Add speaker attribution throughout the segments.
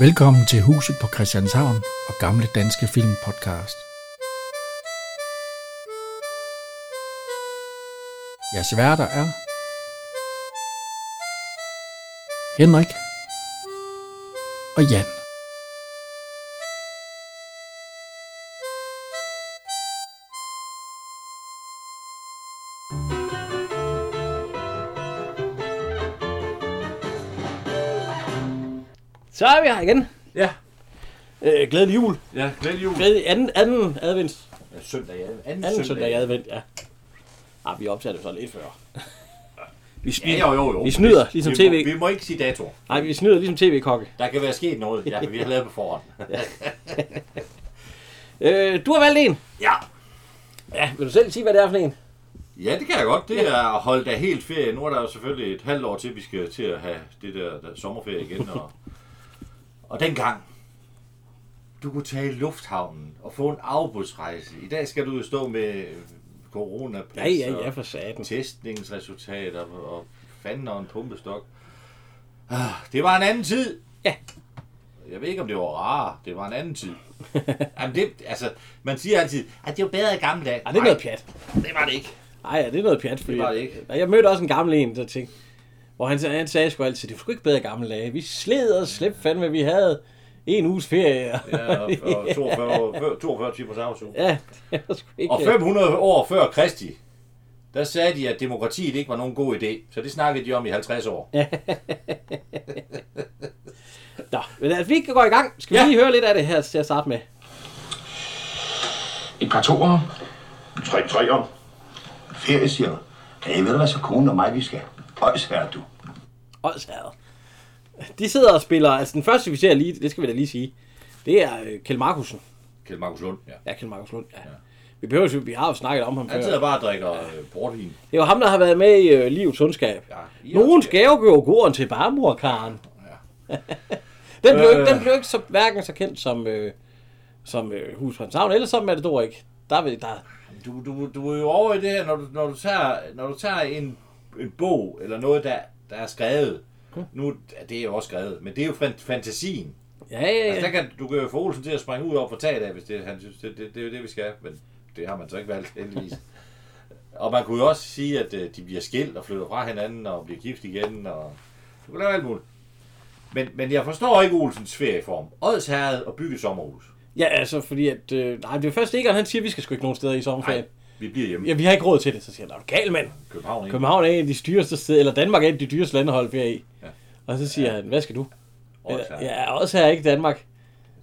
Speaker 1: Velkommen til Huset på Christianshavn og Gamle Danske Film Podcast. Jeres værter er Henrik og Jan.
Speaker 2: Så er vi her igen.
Speaker 3: Ja,
Speaker 2: Øh, glædelig jul.
Speaker 3: ja, glædelig jul.
Speaker 2: Glædelig anden, anden advent.
Speaker 3: Ja, søndag i advent. Anden,
Speaker 2: Anden søndag i advent, ja. Ah, vi optager det så lidt før.
Speaker 3: Vi snyder ja, jo, jo.
Speaker 2: Vi snyder, ligesom
Speaker 3: vi,
Speaker 2: TV.
Speaker 3: Må, vi må ikke sige dato.
Speaker 2: Nej, vi snyder ligesom tv-kokke.
Speaker 3: Der kan være sket noget. Ja, vi har lavet på forhånd.
Speaker 2: Øh, du har valgt en.
Speaker 3: ja.
Speaker 2: Ja, vil du selv sige, hvad det er for en?
Speaker 3: ja, det kan jeg godt. Det er at holde da helt ferie. Nu er der jo selvfølgelig et halvt år til, vi skal til at have det der, der sommerferie igen. Og, og dengang, du kunne tage i lufthavnen og få en afbudsrejse. I dag skal du jo stå med corona
Speaker 2: Ja, ja, ja, for satan.
Speaker 3: testningsresultater og fanden og en pumpestok. Ah, Det var en anden tid.
Speaker 2: Ja.
Speaker 3: Jeg ved ikke, om det var rarere. Det var en anden tid. Jamen det, altså, man siger altid, at det var bedre i gamle dage.
Speaker 2: Ej, det er noget pjat.
Speaker 3: Nej, det var det ikke.
Speaker 2: Ej, ja, det er noget pjat. Fordi,
Speaker 3: Det var det ikke.
Speaker 2: Ja, Jeg mødte også en gammel en, der tænkte, hvor han, han sagde sgu altid, det var sgu ikke bedre i gamle dage. Vi sled og slæb fandme, vi havde en uges ferie.
Speaker 3: Ja, Øh, og, og 42, år- før- 42 timers arbejdsuge.
Speaker 2: ja det var sgu ikke...
Speaker 3: Og 500 år før Kristi, der sagde de, at demokratiet ikke var nogen god idé. Så det snakkede de om i 50 år. Ja.
Speaker 2: Nå, men altså, vi går i gang. Skal vi
Speaker 3: Ja.
Speaker 2: lige høre lidt af det her til at starte med?
Speaker 4: Et par toer.
Speaker 5: Tre treer. Ferie, siger du. Ja, I ved, hvad så konen og mig, vi skal. Højs her, du.
Speaker 2: Åndshavet. De sidder og spiller, altså den første vi ser lige, det skal vi da lige sige, det er øh, Kjeld Markusen.
Speaker 3: Kjeld Markus Lund. Ja.
Speaker 2: Ja, Kjeld Markus Lund, ja. ja. Vi, behøver, jo- vi har jo snakket om ham før.
Speaker 3: Han sidder bare og drikker øh, portvin.
Speaker 2: Det er jo ham, der har været med i øh, Livets Undskab.
Speaker 3: Ja, i
Speaker 2: Nogen
Speaker 3: ondskab.
Speaker 2: skal jo gøre gården til barmorkaren. Ja. den, blev
Speaker 3: Øh.
Speaker 2: ikke, den blev ikke så, hverken så kendt som, øh, som øh, Husfrenshavn, eller som Matador ikke. Der ved der.
Speaker 3: Du, du, du er jo over i det her, når du, når du tager, når du tager en, en bog, eller noget, der, der er skrevet. Nu ja, det er jo også skrevet, men det er jo fan- fantasien.
Speaker 2: Ja, ja,
Speaker 3: Altså, der
Speaker 2: ja.
Speaker 3: kan, du kan jo få Olsen til at springe ud over for taget af, hvis det, han synes, det, det, det er jo det, vi skal. Men det har man så ikke valgt, heldigvis. og man kunne jo også sige, at øh, de bliver skilt og flytter fra hinanden og bliver gift igen. Og... Du kan lave alt muligt. Men, men jeg forstår ikke Olsens ferieform. Odsherred og bygge et sommerhus.
Speaker 2: Ja, altså, fordi at... Øh, nej, det er først ikke, han siger, at vi skal sgu ikke nogen steder i sommerferien.
Speaker 3: Nej, vi bliver hjemme i
Speaker 2: Ja, vi har ikke råd til det, så siger han, "Er du gal, mand?
Speaker 3: København. Ikke?
Speaker 2: København er en af de dyreste steder, eller Danmark er et af de dyreste lande at holde ferie i. Ja.
Speaker 3: Ja.
Speaker 2: Og så siger ja. han, hvad skal du?
Speaker 3: Odsherred.
Speaker 2: Ja, også her ikke Danmark.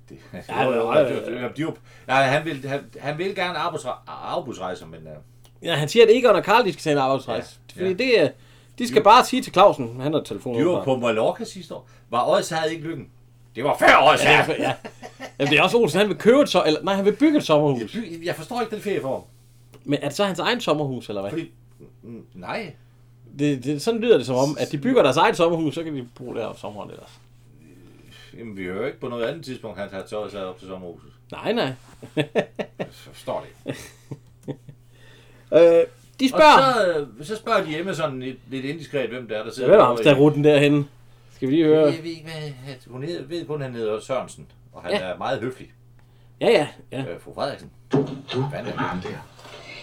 Speaker 3: Det,
Speaker 2: Ja,
Speaker 3: ja,
Speaker 2: men-
Speaker 3: jo, jo, jo, jo, jo, de jo, nej, han vil, han, han vil gerne arbejdsre- arbejdsrejser, men uh,
Speaker 2: Ja, han siger, at Egon og Karl, de skal tage en arbejdsrejse. Ja.
Speaker 3: Ja.
Speaker 2: Fordi
Speaker 3: Ja.
Speaker 2: det, er- de skal bare sige til Clausen, han har telefonen.
Speaker 3: de var på Mallorca sidste år. Var Odds havde ikke lykken. Det var før Odds
Speaker 2: Ja, altså,
Speaker 3: havde.
Speaker 2: ja. Jamen, det er også Olsen, han vil købe et så, eller nej, han vil bygge et sommerhus.
Speaker 3: By- Jeg forstår ikke den ferieform.
Speaker 2: Men er det så hans egen sommerhus, eller hvad?
Speaker 3: Fordi, mm, nej,
Speaker 2: Det, det, sådan lyder det som om, at de bygger deres eget sommerhus, så kan de bruge det her om sommeren ellers.
Speaker 3: jamen, vi hører ikke på noget andet tidspunkt, han tager tøjet sig op til sommerhuset.
Speaker 2: Nej, nej.
Speaker 3: Jeg forstår det. ikke.
Speaker 2: Øh, de
Speaker 3: Og så,
Speaker 2: spørger,
Speaker 3: øh, så spørger de hjemme sådan lidt, lidt indiskret, hvem der er, der
Speaker 2: så,
Speaker 3: sidder.
Speaker 2: hvem er
Speaker 3: derovre i-
Speaker 2: Amsterdam-ruten derhenne? Skal vi lige høre?
Speaker 3: Jeg ved ikke, hvad at hun hedder. Jeg ved kun, han hedder Sørensen, og han
Speaker 2: Ja.
Speaker 3: ja. er meget høflig.
Speaker 2: Ja, ja, ja.
Speaker 3: Øh, fru Frederiksen.
Speaker 5: Du,
Speaker 3: Fanden.
Speaker 5: ham der.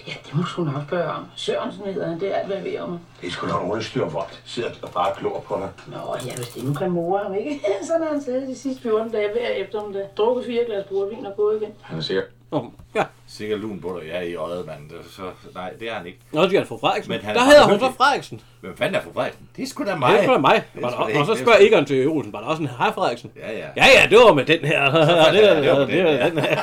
Speaker 6: Ja, det må du sgu nok gøre om. Sørensen hedder han, det er alt, hvad jeg ved om ham.
Speaker 5: Det er sgu da nogle styr vort. Sidder og bare klor på dig.
Speaker 6: Nå, ja, hvis det nu kan more ham, ikke? Sådan har han siddet de sidste 14 dage hver eftermiddag. Drukket fire glas brugervin og gået igen.
Speaker 5: Han siger,
Speaker 2: Oh, ja.
Speaker 3: Sikkert lun på dig. Ja, i øjet, mand. Det- Så, nej, det er han ikke.
Speaker 2: Nå, det er fra Frederiksen.
Speaker 3: Men han
Speaker 2: der
Speaker 3: er
Speaker 2: hedder
Speaker 3: meget
Speaker 2: hun så
Speaker 3: hyggelig.
Speaker 2: Frederiksen.
Speaker 3: Hvem fanden er fru Frederiksen? Det er sgu da mig.
Speaker 2: Det er sgu da mig.
Speaker 3: Det er
Speaker 2: Var der,
Speaker 3: sgu da
Speaker 2: og
Speaker 3: ikke-
Speaker 2: så
Speaker 3: det er
Speaker 2: spørger
Speaker 3: sgu-
Speaker 2: Egon til Olsen, var der også en hej Frederiksen?
Speaker 3: Ja, ja.
Speaker 2: Ja, ja, det var med den her. det,
Speaker 3: ja,
Speaker 2: var,
Speaker 3: det var med
Speaker 2: det, var,
Speaker 3: den, ja.
Speaker 2: den her.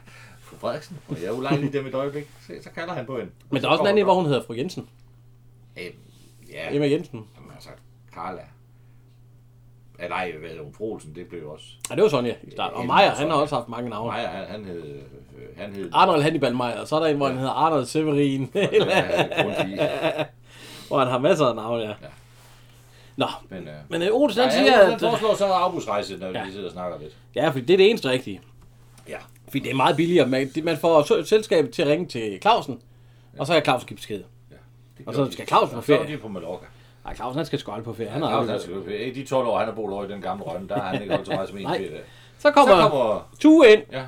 Speaker 3: Fru Frederiksen. Og jeg er ulejlig dem et øjeblik. Se, så kalder han på hende.
Speaker 2: Men der er også en anden, en, hvor hun hedder fru Jensen.
Speaker 3: Øh, ja,
Speaker 2: Emma Jensen.
Speaker 3: jamen, altså, Carla. Ja, nej, hvad hedder hun? Fru Olsen, det blev jo også.
Speaker 2: Ja, det var Sonja i starten. Og
Speaker 3: Emma
Speaker 2: Maja, han
Speaker 3: og
Speaker 2: har
Speaker 3: Sonja.
Speaker 2: også haft mange navne.
Speaker 3: Nej, han, han hed... øh, Han hed...
Speaker 2: Arnold Hannibal Maja, og så er der en, hvor han hedder Arnold Severin.
Speaker 3: Ja, Grundtvig.
Speaker 2: hvor han har masser af navne, ja.
Speaker 3: Ja.
Speaker 2: Nå,
Speaker 3: Men, øh,
Speaker 2: men øh, Olsen, han
Speaker 3: Nej,
Speaker 2: siger,
Speaker 3: han
Speaker 2: at...
Speaker 3: foreslår så en afbudsrejse, når
Speaker 2: Ja.
Speaker 3: vi sidder og snakker lidt.
Speaker 2: Ja, fordi det er det eneste rigtige.
Speaker 3: Ja.
Speaker 2: Fordi det er meget billigere. Man, det- man får så- selskabet til at ringe til Clausen, og så kan Clausen give besked.
Speaker 3: Det
Speaker 2: Og
Speaker 3: gør
Speaker 2: så
Speaker 3: de.
Speaker 2: skal Claus på
Speaker 3: Og Så
Speaker 2: ferie.
Speaker 3: er de på Mallorca.
Speaker 2: Ej, Nej, Clausen han skal skåle på ferie. Han
Speaker 3: Han
Speaker 2: har
Speaker 3: har
Speaker 2: aldrig
Speaker 3: også
Speaker 2: været-
Speaker 3: I de 12 år, han har boet over i den gamle rønne, der har han ikke holdt så meget som en
Speaker 2: Nej.
Speaker 3: ferie.
Speaker 2: Så
Speaker 3: Så
Speaker 2: kommer, så kommer
Speaker 3: kommer...
Speaker 2: Tue ind.
Speaker 3: Ja.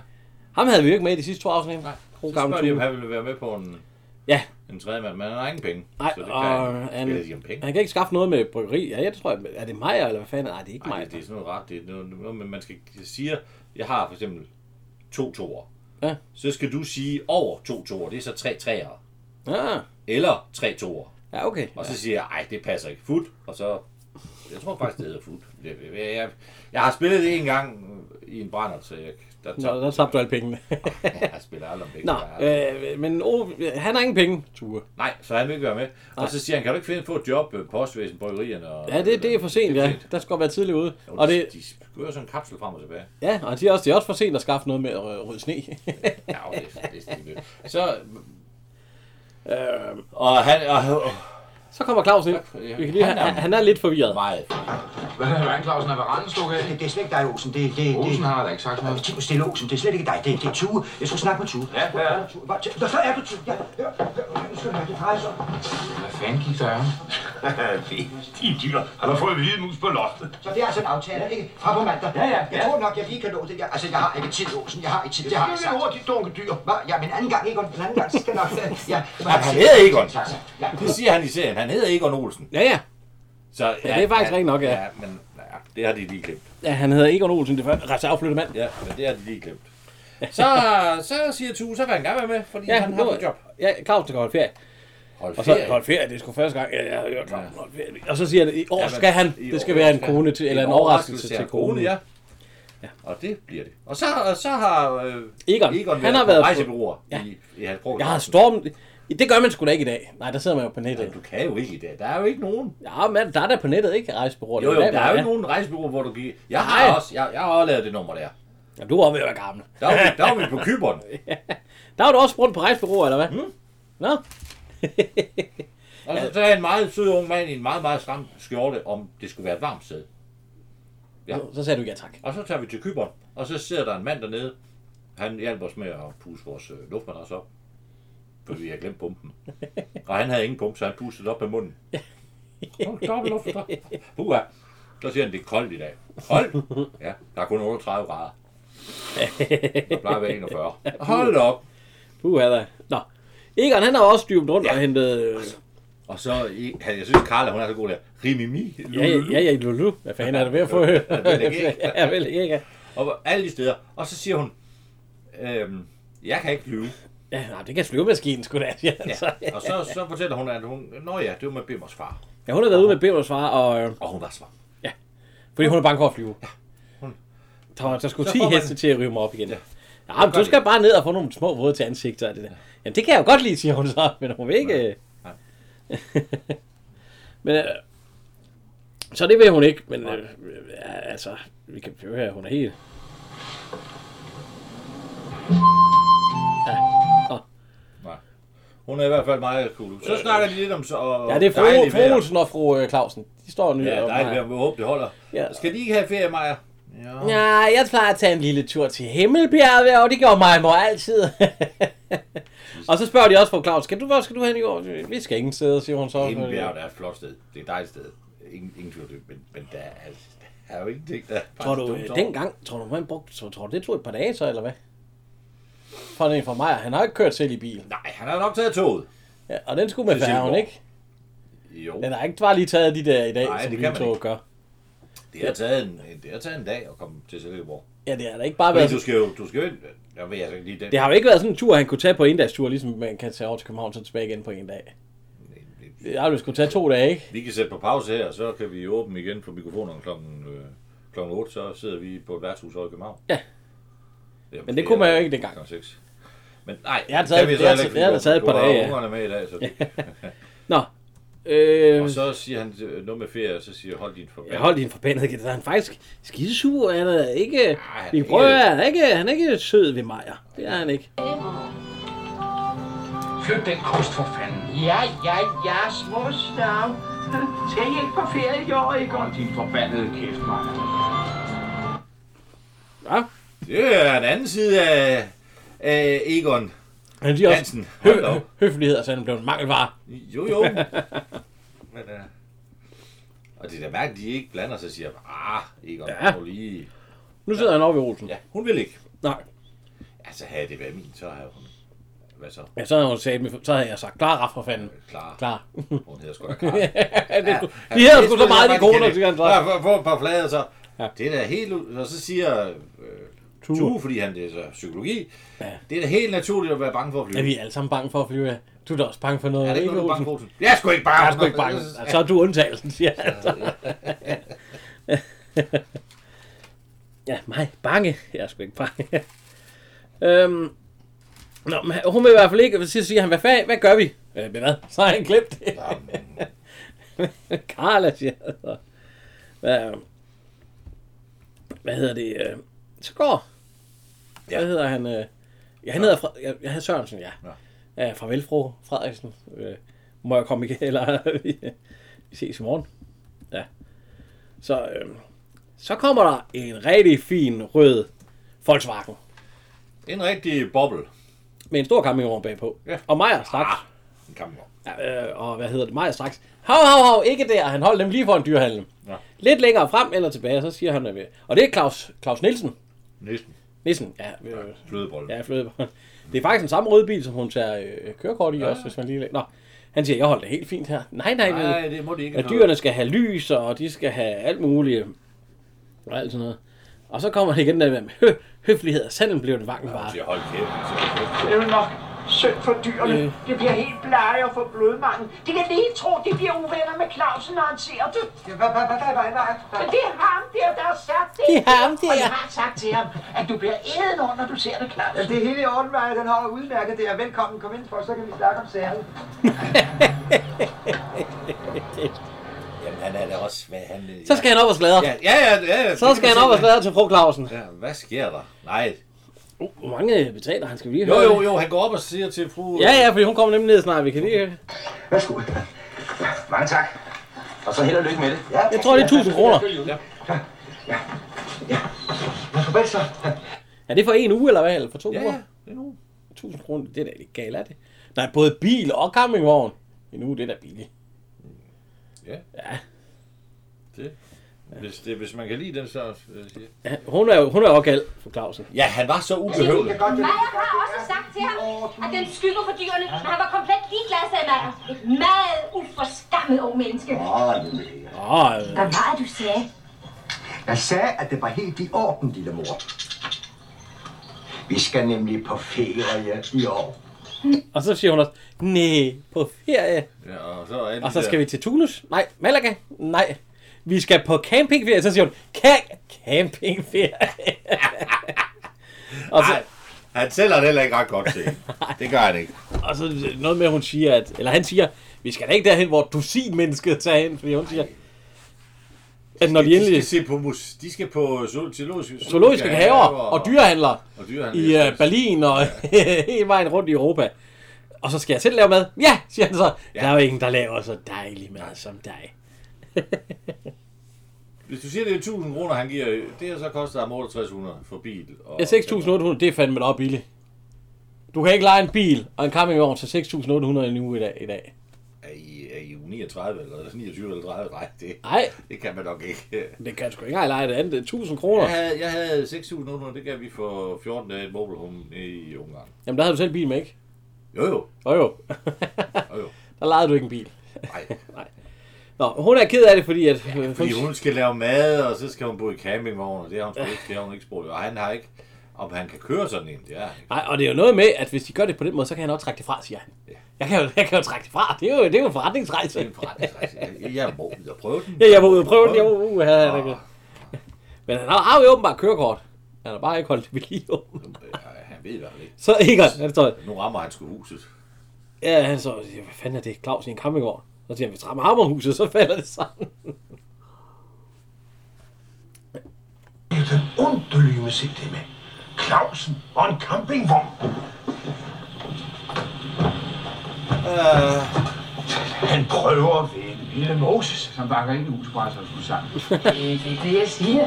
Speaker 2: Ham havde vi jo ikke med i de sidste to afsnit.
Speaker 3: Nej.
Speaker 2: God
Speaker 3: Så
Speaker 2: gammel
Speaker 3: spørger de, om
Speaker 2: Tue.
Speaker 3: han ville være med på en,
Speaker 2: Ja,
Speaker 3: en tredje mand, men han har ingen penge.
Speaker 2: nej,
Speaker 3: så det kan
Speaker 2: og
Speaker 3: han.
Speaker 2: han,
Speaker 3: Spiller de om penge?
Speaker 2: han kan ikke skaffe noget med bryggeri. Ja, jeg tror, jeg, er det Maja eller hvad fanden? Nej, det er ikke
Speaker 3: Nej,
Speaker 2: Maja.
Speaker 3: det, det er sådan noget ret. Det er noget, noget men man skal sige, jeg har for eksempel to toer.
Speaker 2: Ja.
Speaker 3: Så skal du sige over to toer, det er så tre treer.
Speaker 2: Ja,
Speaker 3: Eller tre toer.
Speaker 2: Ah, ja okay.
Speaker 3: Og så siger jeg, ej, det passer ikke. Fut. Og så, jeg tror faktisk, det hedder fut. Jeg, jeg, jeg, jeg har spillet det en gang i en brænder, så jeg, der,
Speaker 2: Nå, der tabte du alle pengene.
Speaker 3: jeg spiller aldrig om det.
Speaker 2: Nå,
Speaker 3: Jeg har-
Speaker 2: øh, men Ove, han har ingen penge, Tue.
Speaker 3: Nej, så han vil ikke være med. Og så siger han, kan du ikke finde få et job øh, postvæsen, bryggerierne? Og,
Speaker 2: Ja, det, det er for sent,
Speaker 3: er
Speaker 2: ja. Der skal godt være tidligt ude.
Speaker 3: Jo,
Speaker 2: Og det,
Speaker 3: De, de kører sådan en kapsel frem og tilbage.
Speaker 2: ja, og de er også, det er også for sent at skaffe noget med at rydde sne.
Speaker 3: Ja, jo, det, det, det, det. Så...
Speaker 2: Øhm,
Speaker 3: Øh, og han... Og, og,
Speaker 2: så kommer Claus ind.
Speaker 3: Ja,
Speaker 2: Vi kan lige,
Speaker 3: han er-
Speaker 2: han, han er lidt forvirret.
Speaker 3: meget.
Speaker 4: Hvad er det, Clausen? Er veranden stukket af?
Speaker 5: Det, det er slet ikke dig, Olsen. Det, det,
Speaker 4: Olsen
Speaker 5: det...
Speaker 4: har da ikke sagt noget.
Speaker 5: Ti stille, Olsen. Det er slet ikke dig. Det, det er Tue. Jeg skulle snakke med Tue.
Speaker 4: Ja, hvad er det?
Speaker 5: Tue, hvor- Nå, så er du Tue. Ja, hør, hør. Nu skal du høre, det drejer sig om.
Speaker 4: Hvad fanden gik der af?
Speaker 5: De dyr.
Speaker 7: Han har fået hvide mus på loftet.
Speaker 5: Så det er altså en aftale, ikke? Fra på mandag.
Speaker 4: Ja, ja,
Speaker 5: Jeg
Speaker 4: ja.
Speaker 5: tror nok, jeg lige kan nå det. Jeg, altså, jeg har ikke tid, Olsen. Jeg har ikke tid. Det har jeg
Speaker 7: Det er
Speaker 5: sagt.
Speaker 7: jo de dunke dyr.
Speaker 5: Hva? Ja, men anden gang, ikke? Og den anden gang, så skal nok... Ja,
Speaker 3: Han hedder Egon.
Speaker 5: Ja, ja.
Speaker 3: Det siger han i serien. Han hedder Egon Olsen.
Speaker 2: Ja, ja.
Speaker 3: Så, ja,
Speaker 2: det er faktisk
Speaker 3: ja,
Speaker 2: rigtigt nok, ja.
Speaker 3: ja. men ja, det har de lige glemt.
Speaker 2: ja han hedder Egon Olsen, det første reserveflytte mand.
Speaker 3: Ja, men det har de lige glemt. Så, så siger Tue, så vil han gerne være med, fordi
Speaker 2: Ja,
Speaker 3: ja, han har
Speaker 2: nu-
Speaker 3: et job.
Speaker 2: Ja, Claus, der går holde ferie.
Speaker 3: Hold
Speaker 2: Og så
Speaker 3: ferie.
Speaker 2: holde ferie, det er sgu første gang, jeg jeg har hørt Claus holde ferie. Og så siger han, i år
Speaker 3: Jamen,
Speaker 2: skal han,
Speaker 3: i
Speaker 2: det skal
Speaker 3: år
Speaker 2: være en
Speaker 3: skal
Speaker 2: kone
Speaker 3: han.
Speaker 2: til, eller en overraskelse til konen.
Speaker 3: ja. ja. Og det bliver det. Og så, og så har øh,
Speaker 2: Egon,
Speaker 3: Egon
Speaker 2: han har
Speaker 3: på
Speaker 2: været på-
Speaker 3: rejsebureauer
Speaker 2: Ja.
Speaker 3: ja. i, i hans program.
Speaker 2: Jeg har stormet. Det gør man sgu da ikke i dag. Nej, der sidder man jo på
Speaker 3: Men
Speaker 2: nettet.
Speaker 3: du kan jo ikke i dag. Der er jo ikke nogen.
Speaker 2: Ja, men der er der på nettet, ikke? Rejsebureauer.
Speaker 3: Jo, jo,
Speaker 2: Det
Speaker 3: der er jo
Speaker 2: man
Speaker 3: ikke nogen rejsebureauer, hvor du giver... Jeg
Speaker 2: Nej.
Speaker 3: har også, jeg, jeg har også lavet det nummer der.
Speaker 2: Ja, du er også ved at være gammel.
Speaker 3: Der var, vi- der var vi på Kyberen.
Speaker 2: Der var du også rundt på rejsebureauer, eller hvad? Mm. Nå?
Speaker 3: Og så, så Altså, er en meget sød ung mand i en meget, meget stram skjorte, om det skulle være et varmt sted.
Speaker 2: Ja.
Speaker 3: Ja.
Speaker 2: Så sagde du ja tak.
Speaker 3: Og så tager vi til Kyberen, og så sidder der en mand dernede. Han hjælper os med at puste vores øh, luftmadras op, fordi vi har glemt pumpen. Og han havde ingen pumpe, så han pustede op med munden. Hold da op, luftmadras. Uha. Så siger han, det er koldt i dag. Koldt? Ja, der er kun 38 grader. Der plejer at være 41. Hold da op.
Speaker 2: Puh, da. Nå. Egon, han har også dybt rundt ja.
Speaker 3: Ja.
Speaker 2: og hentet... øh,
Speaker 3: Og så, i- jeg synes, Carla, hun er så god der. Rimimi.
Speaker 2: Ja, ja, ja, ja, Lulu. Hvad fanden er det ved at få?
Speaker 3: vel ikke.
Speaker 2: ja, vel ikke.
Speaker 3: Og hvor- alle de steder. Og så siger hun, øhm, jeg kan ikke lyve.
Speaker 2: Ja, nej, det kan flyvemaskinen sgu da. Ja, altså.
Speaker 3: Og så, så fortæller hun, at hun, nå ja, det var med Bimmers far.
Speaker 2: ja, hun har været ude med Bevers far, og, øh,
Speaker 3: Og hun var svang.
Speaker 2: fordi hun er bange for at flyve. Der var, der skulle
Speaker 3: Så
Speaker 2: 10
Speaker 3: får man-
Speaker 2: heste til at rive mig op igen. Ja.
Speaker 3: Ja.
Speaker 2: Ja, men
Speaker 3: gør
Speaker 2: du
Speaker 3: det.
Speaker 2: skal bare ned og få nogle små våde til ansigter. af Det der. Jamen, det kan jeg jo godt lide, siger hun så, men hun vil ikke... øh.
Speaker 3: Nej.
Speaker 2: men, øh, så det vil hun ikke, men øh, ja, altså, vi kan høre her, hun er helt...
Speaker 3: Nej. Hun er i hvert fald meget cool. Så snakker de lidt om så...
Speaker 2: Ja, det er fru,
Speaker 3: dejligt vejr.
Speaker 2: Froelsen og fru øh, Clausen. De står nu
Speaker 3: Ja,
Speaker 2: og
Speaker 3: dejligt vejr. Vi håber, det holder.
Speaker 2: Ja.
Speaker 3: Skal de ikke have ferie, Maja? Ja.
Speaker 2: Ja, jeg plejer at tage en lille tur til Himmelbjerget, og det gjorde mig mor altid. og så spørger de også fru Claus, skal du, hvor skal du hen i år? Vi skal ingen steder, siger hun så.
Speaker 3: Himmelbjerg, der er et flot sted. Det er et dejligt sted. Ingen, ingen tvivl om det, men, men der er, altså- der er jo ingenting, der er
Speaker 2: Tror
Speaker 3: faktisk
Speaker 2: du,
Speaker 3: dumt
Speaker 2: øh,
Speaker 3: over.
Speaker 2: dengang, tror du, man brugte, så tror du, det tog et par dage så, eller hvad? For en fra mig, han har ikke kørt selv i bil.
Speaker 3: Nej, han har nok taget toget.
Speaker 2: Ja, og den skulle med
Speaker 3: Til
Speaker 2: færgen,
Speaker 3: Silkeborg.
Speaker 2: ikke?
Speaker 3: Jo,
Speaker 2: Den har ikke bare lige taget de der i dag,
Speaker 3: Nej,
Speaker 2: som
Speaker 3: det kan man
Speaker 2: lyntog
Speaker 3: ikke.
Speaker 2: gør.
Speaker 3: det har taget en, det har taget en dag at komme til Silkeborg.
Speaker 2: Ja, det har da ikke bare været...
Speaker 3: Fordi du skal jo, du skal jo ind... Jeg ved altså ikke lige den.
Speaker 2: Det har jo ikke været sådan en tur, han kunne tage på en dags tur, ligesom man kan tage over til København, så tilbage igen på en dag. Det har jo skulle tage to dage, ikke?
Speaker 3: Vi kan sætte på pause her, og så kan vi åbne igen for mikrofonerne klokken, øh, klokken 8, så sidder vi på et værtshus over i København.
Speaker 2: Ja.
Speaker 3: Jamen,
Speaker 2: Men det kunne man jo ikke dengang.
Speaker 3: Klokken 6. Men nej,
Speaker 2: Jeg har taget- jeg har taget- jeg har taget et par dage, ja.
Speaker 3: ja. ungerne med i dag, så det.
Speaker 2: Nå. Øh,
Speaker 3: Og så siger han øh, noget med ferie, og så siger hold din forband.
Speaker 2: Jeg holdt i en forbandet gæt. Han er faktisk skidesur. Han er ikke...
Speaker 3: han er
Speaker 2: vi
Speaker 3: ikke-
Speaker 2: prøver, han er ikke, han er ikke sød ved mig. Det er han ikke.
Speaker 4: Flyt den kost for fanden.
Speaker 6: Ja, ja, ja, små stav. Skal I ikke på ferie i år, Egon?
Speaker 4: Din forbandede kæft, mand.
Speaker 2: Ja.
Speaker 3: Det er den anden side af, af Egon
Speaker 2: Han siger også,
Speaker 3: Hansen.
Speaker 2: hø
Speaker 3: Hold da op.
Speaker 2: høflighed er sådan blevet en mangelvare.
Speaker 3: Jo, jo. Men, øh, Og det er da mærkeligt, at de ikke blander sig og siger, ah, Egon,
Speaker 2: Ja.
Speaker 3: ja. lige...
Speaker 2: Nu sidder han over ved Olsen.
Speaker 3: Ja, hun vil ikke.
Speaker 2: Nej.
Speaker 3: Altså, havde det været min, så havde hun... Hvad så?
Speaker 2: Ja, så havde, hun sagt, så havde jeg sagt, klar, Raf, for fanden.
Speaker 3: Klar.
Speaker 2: Klar.
Speaker 3: Hun hedder sgu da Klar.
Speaker 2: Ja, det skulle, de havde sgu så meget de gode, når de kan
Speaker 3: Ja,
Speaker 2: trække.
Speaker 3: få- få et par flader, så.
Speaker 2: Ja.
Speaker 3: Ja. Det er da helt... ud- Og så siger øh,
Speaker 2: Tue.
Speaker 3: Tue. fordi han læser psykologi, ja. det er da helt naturligt at være bange for at flyve.
Speaker 2: Er vi alle sammen bange for at flyve? Du er da også bange for noget,
Speaker 3: er det ikke noget, du er bange
Speaker 2: Olsen?
Speaker 3: for? Olsen? Jeg er sgu ikke bange.
Speaker 2: Jeg er sgu ikke bange. Altså, så er du undtagelsen, siger han så. ja, mig bange. Jeg er sgu ikke bange. øhm, nå, men hun vil i hvert fald ikke, og så siger han, hvad, fag, hvad gør vi? Øh, men hvad? Så har han glemt det. Altså. Carla siger han så. Hvad, hvad hedder det? Øh, så går. Ja. Hvad hedder han? Øh, ja, han hedder Fra, ja, ja, Sørensen, ja. Ja, farvel, fru Frederiksen. Øh, må jeg komme igen, eller vi, vi ses i morgen. Ja. Så, øh, så kommer der en rigtig fin rød Volkswagen
Speaker 3: En rigtig boble.
Speaker 2: med en stor campingvogn bagpå.
Speaker 3: Ja.
Speaker 2: Og Majer straks.
Speaker 3: En kampvogn.
Speaker 2: Ja, øh, og hvad hedder det? Majer straks. Hav, hav, hav, ikke der. Han holdt dem lige for en dyrehandel.
Speaker 3: Ja.
Speaker 2: Lidt længere frem eller tilbage, så siger han, øh, og det er Claus, Claus Nielsen.
Speaker 3: Næsten.
Speaker 2: Nielsen, ja, øh,
Speaker 3: Flødebolle.
Speaker 2: Ja, flødebold. Det er faktisk den samme røde bil, som hun tager øh, kørekort i ja. også, hvis man lige lægger. Nå, han siger, jeg holder det helt fint her. Nej, nej, nej.
Speaker 3: Nej, det må de ikke.
Speaker 2: At dyrene skal have lys, og de skal have alt muligt. øh, Og alt sådan noget. Og så kommer det igen der med hø, høflighed, og sanden blev det vangel
Speaker 3: Hun
Speaker 2: bare.
Speaker 3: siger, hold kæft. Hun siger, hold kæft.
Speaker 8: Det er jo nok synd for dyrene.
Speaker 2: Øh.
Speaker 8: Det bliver helt blege og for blodmanden. De kan lige tro, de bliver uvenner med Clausen, når han ser det.
Speaker 9: Hvad, hvad, hvad, hvad, hvad, hvad?
Speaker 8: Men det er ham der, der har sagt det.
Speaker 2: Det er ham der.
Speaker 8: Og jeg har sagt til ham, at du bliver æden over, når du ser det,
Speaker 9: Ja,
Speaker 8: Clausen.
Speaker 9: det er hele i orden, Maja. Den holder udmærket der. Velkommen. Kom ind for, så kan vi snakke om sagen.
Speaker 3: Jamen, han er da også... Hvad, han, øh,
Speaker 2: Så skal han op og sladre.
Speaker 3: Ja, ja, ja. ja, ja
Speaker 2: Så skal han op og sladre til fru Clausen.
Speaker 3: Ja, hvad sker der? Nej.
Speaker 2: Uh, hvor mange betaler han? Skal vi lige
Speaker 3: Jo,
Speaker 2: høre
Speaker 3: jo,
Speaker 2: det?
Speaker 3: jo, han går op og siger til fru...
Speaker 2: Ja, ja, fordi hun kommer nemlig ned snart. Vi kan lige...
Speaker 9: Værsgo.
Speaker 5: Mange tak. Og så held og lykke med det.
Speaker 9: Ja,
Speaker 2: Jeg tror, det er 1000 kroner.
Speaker 9: farvel så.
Speaker 2: Er det for en uge, eller hvad? Eller for to
Speaker 3: Ja,
Speaker 2: uger?
Speaker 3: ja. Det er nu.
Speaker 2: 1000 kroner, det er da lidt galt, er det? Nej, både bil og campingvogn. Men nu er det da billigt.
Speaker 3: Det. Hvis, det, hvis man kan lide den, så... øh, siger-
Speaker 2: Ja, hun er jo hun er jo også gal for Clausen.
Speaker 3: Ja, han var så ubehøvlet.
Speaker 10: Maja har også sagt til ham, at den skygger for dyrene, men han var komplet ligeglad, sagde Maja. Et meget uforskammet ung menneske.
Speaker 5: Åh, lille her.
Speaker 2: Åh, øh,
Speaker 10: Hvad var det, du sagde?
Speaker 5: Jeg sagde, at det var helt i orden, lille mor. Vi skal nemlig på ferie i år.
Speaker 2: og så siger hun også, nej, på ferie.
Speaker 3: Ja, og så, er
Speaker 2: Og så skal vi til Tunis. Nej, Malaga. Nej, vi skal på campingferie. Så siger hun, Ka- campingferie. og, så,
Speaker 3: Ej, han sælger det heller ikke ret godt til. Det gør han ikke.
Speaker 2: og så noget med, at hun siger, at, eller han siger, vi skal da ikke derhen, hvor dusinmennesket tager hen. Fordi hun siger, at når de
Speaker 3: de
Speaker 2: endelig
Speaker 3: skal se på mus. De skal på zoologiske, zoologiske,
Speaker 2: zoologiske haver og dyrehandlere,
Speaker 3: Og dyrehandler.
Speaker 2: i øh, Berlin og hele vejen rundt i Europa. Og så skal jeg selv lave mad. Ja, siger han så. Ja. Der er jo ingen, der laver så dejlig mad som dig.
Speaker 3: Hvis du siger, det er 1000 kroner, han giver, det har så kostet ham 6800 for bil. Og
Speaker 2: Ja, 6.800, det er fandme da billigt. Du kan ikke lege en bil og en campingvogn til 6.800 en uge i dag. I dag.
Speaker 3: Er I, er I 39 eller 29 eller 30? Nej, det,
Speaker 2: Nej,
Speaker 3: det kan man nok ikke.
Speaker 2: det kan jeg sgu ikke engang lege det andet. Det er 1.000 kroner.
Speaker 3: Jeg
Speaker 2: Ja.
Speaker 3: havde, jeg havde 6800, det gav vi for 14 dage i et mobile home i Ungarn.
Speaker 2: Jamen, der havde du selv bil med, ikke?
Speaker 3: Jo jo,
Speaker 2: Jo jo.
Speaker 3: jo jo.
Speaker 2: der legede du ikke en bil.
Speaker 3: Nej.
Speaker 2: Nå, hun er ked af det, fordi at... Ja,
Speaker 3: Fordi hun skal lave mad, og så skal hun bo i campingvogn, og det har hun sgu ikke, det har hun ikke spurgt. Og han har ikke, om han kan køre sådan en, det er han ikke.
Speaker 2: Nej, og det er jo noget med, at hvis de gør det på den måde, så kan han også trække det fra, siger han. Ja. Jeg, kan jo, jeg kan jo trække det fra. Det er jo, det er jo en forretningsrejse.
Speaker 3: Det er en forretningsrejse. Jeg- Jeg må ud og prøve den.
Speaker 2: Ja, jeg var ude og prøve Uh, den. Jeg var ude og have
Speaker 3: Åh.
Speaker 2: det. Men han har jo åbenbart kørekort. Han har bare ikke holdt det ved lige åben.
Speaker 3: Øh, Han ved i hvert fald ikke.
Speaker 2: Så Egon, han står,
Speaker 3: Nu rammer han sgu huset.
Speaker 2: ja, han står, og siger, hvad fanden er det, Claus i en campingvogn? Så siger han, hvis rammer hammerhuset, så falder det sammen.
Speaker 5: Det er den underlige musik, det med. Clausen og en campingvogn.
Speaker 4: Øh.
Speaker 7: Han prøver at vække lille Moses.
Speaker 4: Som banker ind i husbræsser og skulle sammen.
Speaker 6: Det er det, jeg siger.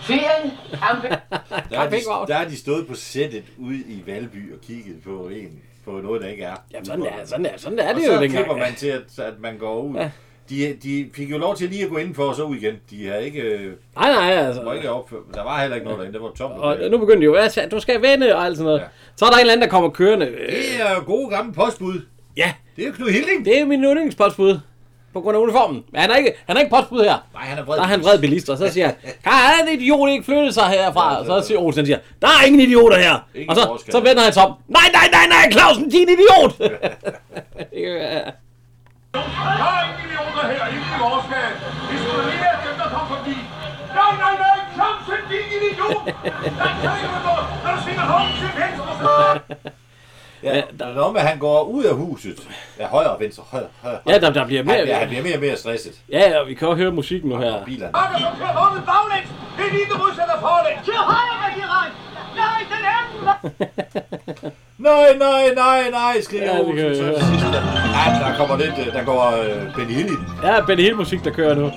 Speaker 6: Ferien, camping.
Speaker 3: Der er,
Speaker 2: Campingvogn.
Speaker 3: de, der er de stået på sættet ude i Valby og kigget på en, på noget, der ikke er.
Speaker 2: Jamen, sådan er, sådan er, sådan er det
Speaker 3: og
Speaker 2: jo
Speaker 3: så klipper
Speaker 2: dengang.
Speaker 3: man til, at, at man går ud. de, de fik jo lov til lige at gå indenfor og så ud igen. De har ikke... øh,
Speaker 2: Nej, nej, altså.
Speaker 3: Var ikke opført. Der var heller ikke noget derinde. Det var tomt.
Speaker 2: Og nu begynder de jo, "Hvad så? du skal vende og alt sådan noget. Ja. Så er der en eller anden, der kommer kørende. Øh,
Speaker 3: Det er jo gode gamle postbud.
Speaker 2: ja,
Speaker 3: Det er jo Knud Hilding.
Speaker 2: det er min yndlingspostbud. På grund af uniformen. Men han er ikke, han er ikke postbud her.
Speaker 3: Nej, han er
Speaker 2: Der er han
Speaker 3: vred.
Speaker 2: vred bilist, og så siger han, kan han en idiot ikke flytte sig herfra? Og så siger Olsen, siger, der er ingen idioter her.
Speaker 3: Ingen
Speaker 2: og så,
Speaker 3: forskel.
Speaker 2: så vender han sig om, nej, nej, nej, nej, Clausen, din idiot! Ja.
Speaker 7: Der er ingen millioner her, ingen i vores land. Vi skulle lige af dem, der kom forbi. Nej, nej, nej, Clausen, din idiot! Der kan ikke noget, når du svinger hånden til venstre.
Speaker 3: Ja, der er noget med, at han går ud af huset. Ja, højre og venstre. Højre, højre, højre.
Speaker 2: ja, der, der bliver
Speaker 3: Han, bliver,
Speaker 2: mere.
Speaker 3: han bliver mere og mere stresset.
Speaker 2: Ja, og vi kan også høre musikken nu her.
Speaker 3: Bilerne.
Speaker 7: Bakker, så kører vognen baglæns. Det er lige det modsatte af forlæns. Til højre, Regiraj. Nej, den anden vej.
Speaker 3: Nej, nej, nej, nej, skriger
Speaker 2: Ja, det
Speaker 3: Olsen.
Speaker 2: kan jeg
Speaker 3: så
Speaker 2: høre.
Speaker 3: til sidst. Ja, der kommer lidt, øh, der går øh, Benny Hill i den.
Speaker 2: Ja, Benny Hill musik, der kører nu.